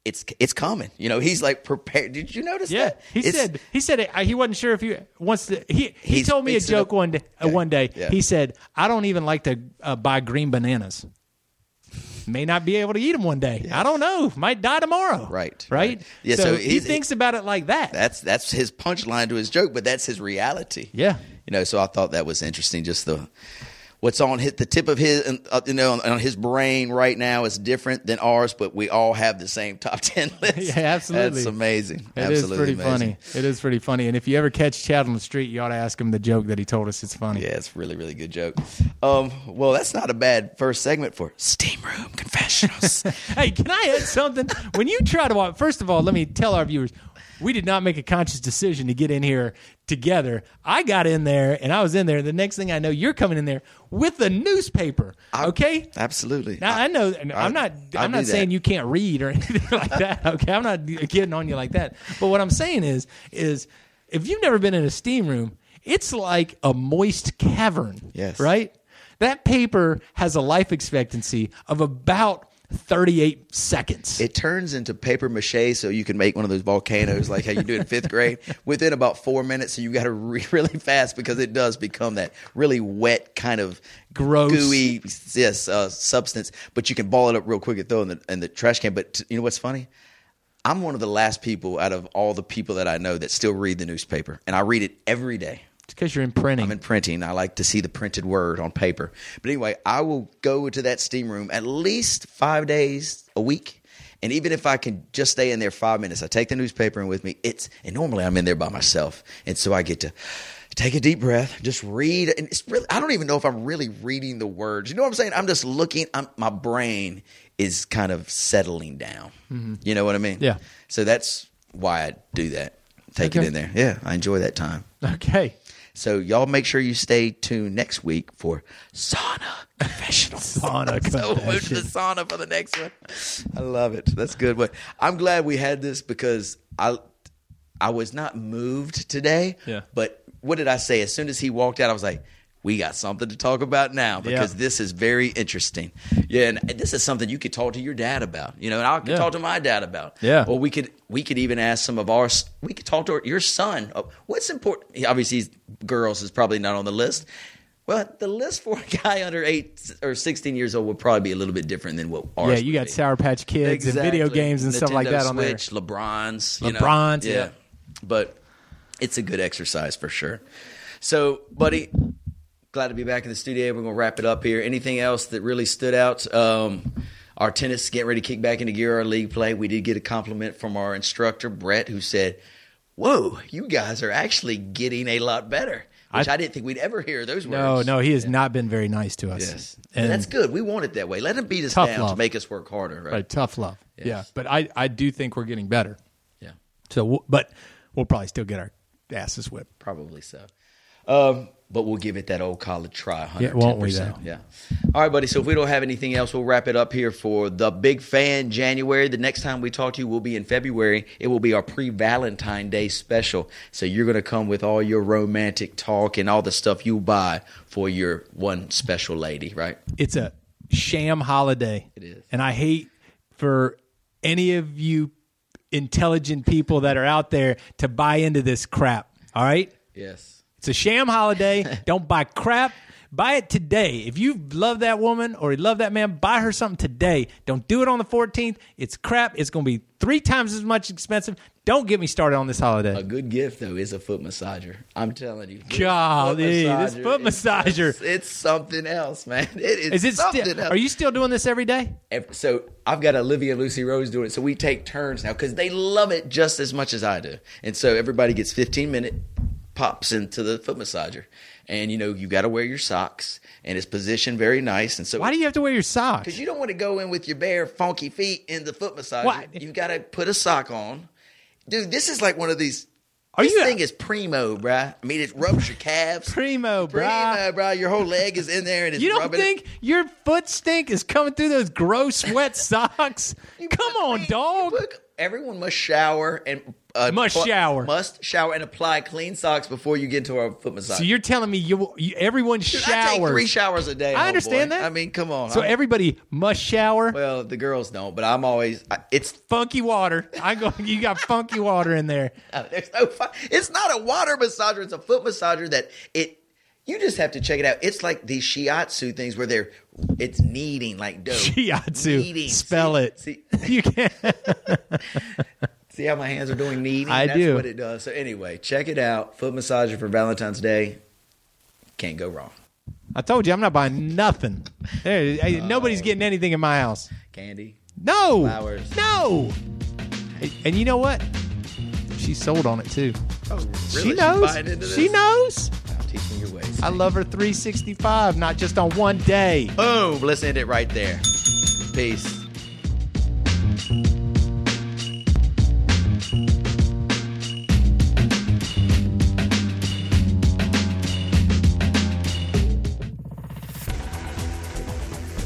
[SPEAKER 1] it's it's coming. You know, he's like prepared. Did you notice
[SPEAKER 2] Yeah,
[SPEAKER 1] that?
[SPEAKER 2] he
[SPEAKER 1] It's-
[SPEAKER 2] said he said it, he wasn't sure if he wants to. He he
[SPEAKER 1] He's
[SPEAKER 2] told me a
[SPEAKER 1] mixing
[SPEAKER 2] joke
[SPEAKER 1] up-
[SPEAKER 2] one day. Uh,
[SPEAKER 1] Okay,
[SPEAKER 2] one day
[SPEAKER 1] yeah.
[SPEAKER 2] he said, "I don't even like to uh, buy green bananas. May not be able to eat them one day. I don't know. Might die tomorrow.
[SPEAKER 1] Right,
[SPEAKER 2] right.
[SPEAKER 1] right. Yeah,
[SPEAKER 2] So,
[SPEAKER 1] so
[SPEAKER 2] he
[SPEAKER 1] he's-
[SPEAKER 2] thinks about it like that.
[SPEAKER 1] that's that's his punchline to his joke, but that's his reality.
[SPEAKER 2] Yeah.
[SPEAKER 1] you know. So I thought that was interesting. Just the what's on his, the tip of his, uh, you know, on, on his brain right now is different than ours, but we all have the same top ten list.
[SPEAKER 2] Yeah, absolutely.
[SPEAKER 1] That's amazing.
[SPEAKER 2] It is
[SPEAKER 1] absolutely
[SPEAKER 2] pretty
[SPEAKER 1] amazing.
[SPEAKER 2] funny. It is pretty funny. And if you ever catch Chad on the street, you ought to ask him the joke that he told us. It's funny.
[SPEAKER 1] Yeah, it's a really really good joke. Um, well, that's not a bad first segment for Steam Room Confessionals.
[SPEAKER 2] Hey, can I add something? When you try to watch, first of all, let me tell our viewers, we did not make a conscious decision to get in here together. I got in there and I was in there. The next thing I know, you're coming in there with a newspaper. Okay.
[SPEAKER 1] absolutely.
[SPEAKER 2] Now I know, and I'm not.
[SPEAKER 1] I
[SPEAKER 2] I'm
[SPEAKER 1] do
[SPEAKER 2] not
[SPEAKER 1] that.
[SPEAKER 2] saying you can't read or anything like that. Okay, I'm not getting on you like that. But what I'm saying is, is if you've never been in a steam room, it's like a moist cavern.
[SPEAKER 1] Yes.
[SPEAKER 2] Right. That paper has a life expectancy of about 38 seconds.
[SPEAKER 1] it turns into paper mache so you can make one of those volcanoes like how you do in fifth grade within about four minutes so you got to re- really fast because it does become that really wet kind of
[SPEAKER 2] Gross.
[SPEAKER 1] gooey yes uh, substance but you can ball it up real quick and throw it in the, in the trash can but t- you know what's funny i'm one of the last people out of all the people that i know that still read the newspaper and i read it every day
[SPEAKER 2] it's because you're in printing.
[SPEAKER 1] I'm in printing. I like to see the printed word on paper. But anyway, I will go to that steam room at least five days a week. And even if I can just stay in there five minutes, I take the newspaper in with me. It's and normally I'm in there by myself, and so I get to take a deep breath, just read. And it's really I don't even know if I'm really reading the words. You know what I'm saying? I'm just looking. I'm, my brain is kind of settling down. You know what I mean?
[SPEAKER 2] Mm-hmm. Yeah.
[SPEAKER 1] So that's why I do that. Take
[SPEAKER 2] Okay.
[SPEAKER 1] it in there. Yeah, I enjoy that time.
[SPEAKER 2] okay.
[SPEAKER 1] So y'all make sure you stay tuned next week for sauna confessionals.
[SPEAKER 2] Sauna
[SPEAKER 1] so we'll move to the
[SPEAKER 2] confession.
[SPEAKER 1] sauna for the next one. I love it. That's good. But I'm glad we had this because I I was not moved today.
[SPEAKER 2] Yeah.
[SPEAKER 1] But what did I say? As soon as he walked out, I was like, we got something to talk about now because
[SPEAKER 2] Yeah.
[SPEAKER 1] this is very interesting. Yeah, and this is something you could talk to your dad about. You know, and I could
[SPEAKER 2] Yeah.
[SPEAKER 1] talk to my dad about.
[SPEAKER 2] Yeah.
[SPEAKER 1] Or we could we could even ask some of our we could talk to our, your son. Uh, What's important? he- Obviously, he's, girls is probably not on the list. Well, the list for a guy under eight or sixteen years old would probably be a little bit different than what ours.
[SPEAKER 2] Yeah, you
[SPEAKER 1] would
[SPEAKER 2] got
[SPEAKER 1] be.
[SPEAKER 2] Sour Patch Kids and video
[SPEAKER 1] Exactly.
[SPEAKER 2] games and stuff like
[SPEAKER 1] Nintendo
[SPEAKER 2] that on there.
[SPEAKER 1] Switch, LeBron's, you know.
[SPEAKER 2] LeBron's, yeah.
[SPEAKER 1] But it's a good exercise for sure. So, buddy, glad to be back in the studio. We're gonna wrap it up here. Anything else that really stood out? Um, our tennis getting ready to kick back into gear. Our league play. We did get a compliment from our instructor Brett, who said, "Whoa, you guys are actually getting a lot better." Which I, didn't think we'd ever hear those
[SPEAKER 2] No,
[SPEAKER 1] words.
[SPEAKER 2] no, he has not been very nice to us.
[SPEAKER 1] Yes.
[SPEAKER 2] And-
[SPEAKER 1] that's good. We want it that way. Let him beat us
[SPEAKER 2] Tough
[SPEAKER 1] down to
[SPEAKER 2] love.
[SPEAKER 1] make us work harder, right?
[SPEAKER 2] Right, tough love.
[SPEAKER 1] Yes.
[SPEAKER 2] Yeah, but I, I do think we're getting better.
[SPEAKER 1] Yeah,
[SPEAKER 2] So, we'll, but we'll probably still get our asses whipped.
[SPEAKER 1] probably so. Um, but we'll give it that old college try,
[SPEAKER 2] Yeah,
[SPEAKER 1] 110%.
[SPEAKER 2] won't we, though?
[SPEAKER 1] Yeah. All right, buddy. So if we don't have anything else, we'll wrap it up here for the big fan January. The next time we talk to you will be in February. It will be our pre Valentine Day special. So you're going to come with all your romantic talk and all the stuff you buy for your one special lady, right?
[SPEAKER 2] It's a sham holiday. It
[SPEAKER 1] is.
[SPEAKER 2] and I hate for any of you intelligent people that are out there to buy into this crap. All right,
[SPEAKER 1] Yes.
[SPEAKER 2] it's a sham holiday. Don't buy crap. Buy it today. If you love that woman or you love that man, buy her something today. Don't do it on the 14th. It's crap. It's going to be three times as much expensive. Don't get me started on this holiday.
[SPEAKER 1] A good gift though is a foot massager. I'm telling you.
[SPEAKER 2] Golly, this foot
[SPEAKER 1] is-
[SPEAKER 2] massager.
[SPEAKER 1] It's, it's something else, man. It is,
[SPEAKER 2] Is it
[SPEAKER 1] something
[SPEAKER 2] still?
[SPEAKER 1] else.
[SPEAKER 2] Are you still doing this every day?
[SPEAKER 1] Ev- So I've got Olivia and Lucy Rose doing it. So we take turns now because they love it just as much as I do. And so everybody gets 15 minute pops into the foot massager. And you know, you got to wear your socks and it's positioned very nice. And so
[SPEAKER 2] Why do you have to wear your socks?
[SPEAKER 1] Because you don't want to go in with your bare funky feet in the foot massager.
[SPEAKER 2] Why?
[SPEAKER 1] You've got to put a sock on. Dude, this is like one of these.
[SPEAKER 2] Are
[SPEAKER 1] this
[SPEAKER 2] you-
[SPEAKER 1] thing is primo, bruh. I mean, it rubs your calves.
[SPEAKER 2] Primo, bruh.
[SPEAKER 1] Primo, bruh. Your whole leg is in there and it's
[SPEAKER 2] You don't
[SPEAKER 1] rubbing it.
[SPEAKER 2] think your foot stink is coming through those gross wet socks?
[SPEAKER 1] You
[SPEAKER 2] Come
[SPEAKER 1] put
[SPEAKER 2] on,
[SPEAKER 1] clean-
[SPEAKER 2] dog.
[SPEAKER 1] you put- everyone must shower and uh,
[SPEAKER 2] Must
[SPEAKER 1] pl-
[SPEAKER 2] shower.
[SPEAKER 1] Must shower and apply clean socks before you get to our foot massage.
[SPEAKER 2] so you're telling me you, you everyone
[SPEAKER 1] Dude,
[SPEAKER 2] showers?
[SPEAKER 1] I take three showers a day.
[SPEAKER 2] I
[SPEAKER 1] homeboy.
[SPEAKER 2] understand that.
[SPEAKER 1] I mean, come on.
[SPEAKER 2] So
[SPEAKER 1] I'm-
[SPEAKER 2] everybody must shower.
[SPEAKER 1] well, the girls don't, but I'm always. I, it's
[SPEAKER 2] funky water. I go. You got funky water in there.
[SPEAKER 1] uh, there's no. Fun. It's not a water massager. It's a foot massager that it. You just have to check it out. It's like these shiatsu things where they're it's kneading like dough.
[SPEAKER 2] Shiatsu.
[SPEAKER 1] Kneading.
[SPEAKER 2] Spell
[SPEAKER 1] See-
[SPEAKER 2] it.
[SPEAKER 1] See,
[SPEAKER 2] You can't.
[SPEAKER 1] See how my hands are doing kneading?
[SPEAKER 2] I
[SPEAKER 1] That's
[SPEAKER 2] do.
[SPEAKER 1] what it does. So anyway, check it out. Foot massager for Valentine's Day. Can't go wrong.
[SPEAKER 2] I told you I'm not buying nothing. There, hey, nobody's getting anything in my house.
[SPEAKER 1] Candy.
[SPEAKER 2] No.
[SPEAKER 1] Flowers.
[SPEAKER 2] No. Hey, And you know what? She sold on it too.
[SPEAKER 1] Oh, really?
[SPEAKER 2] She
[SPEAKER 1] She's
[SPEAKER 2] knows.
[SPEAKER 1] buying into
[SPEAKER 2] She
[SPEAKER 1] this?
[SPEAKER 2] knows.
[SPEAKER 1] Wow, teach me your ways.
[SPEAKER 2] I love her 365, not just on one day.
[SPEAKER 1] Boom. Let's end it right there. Peace.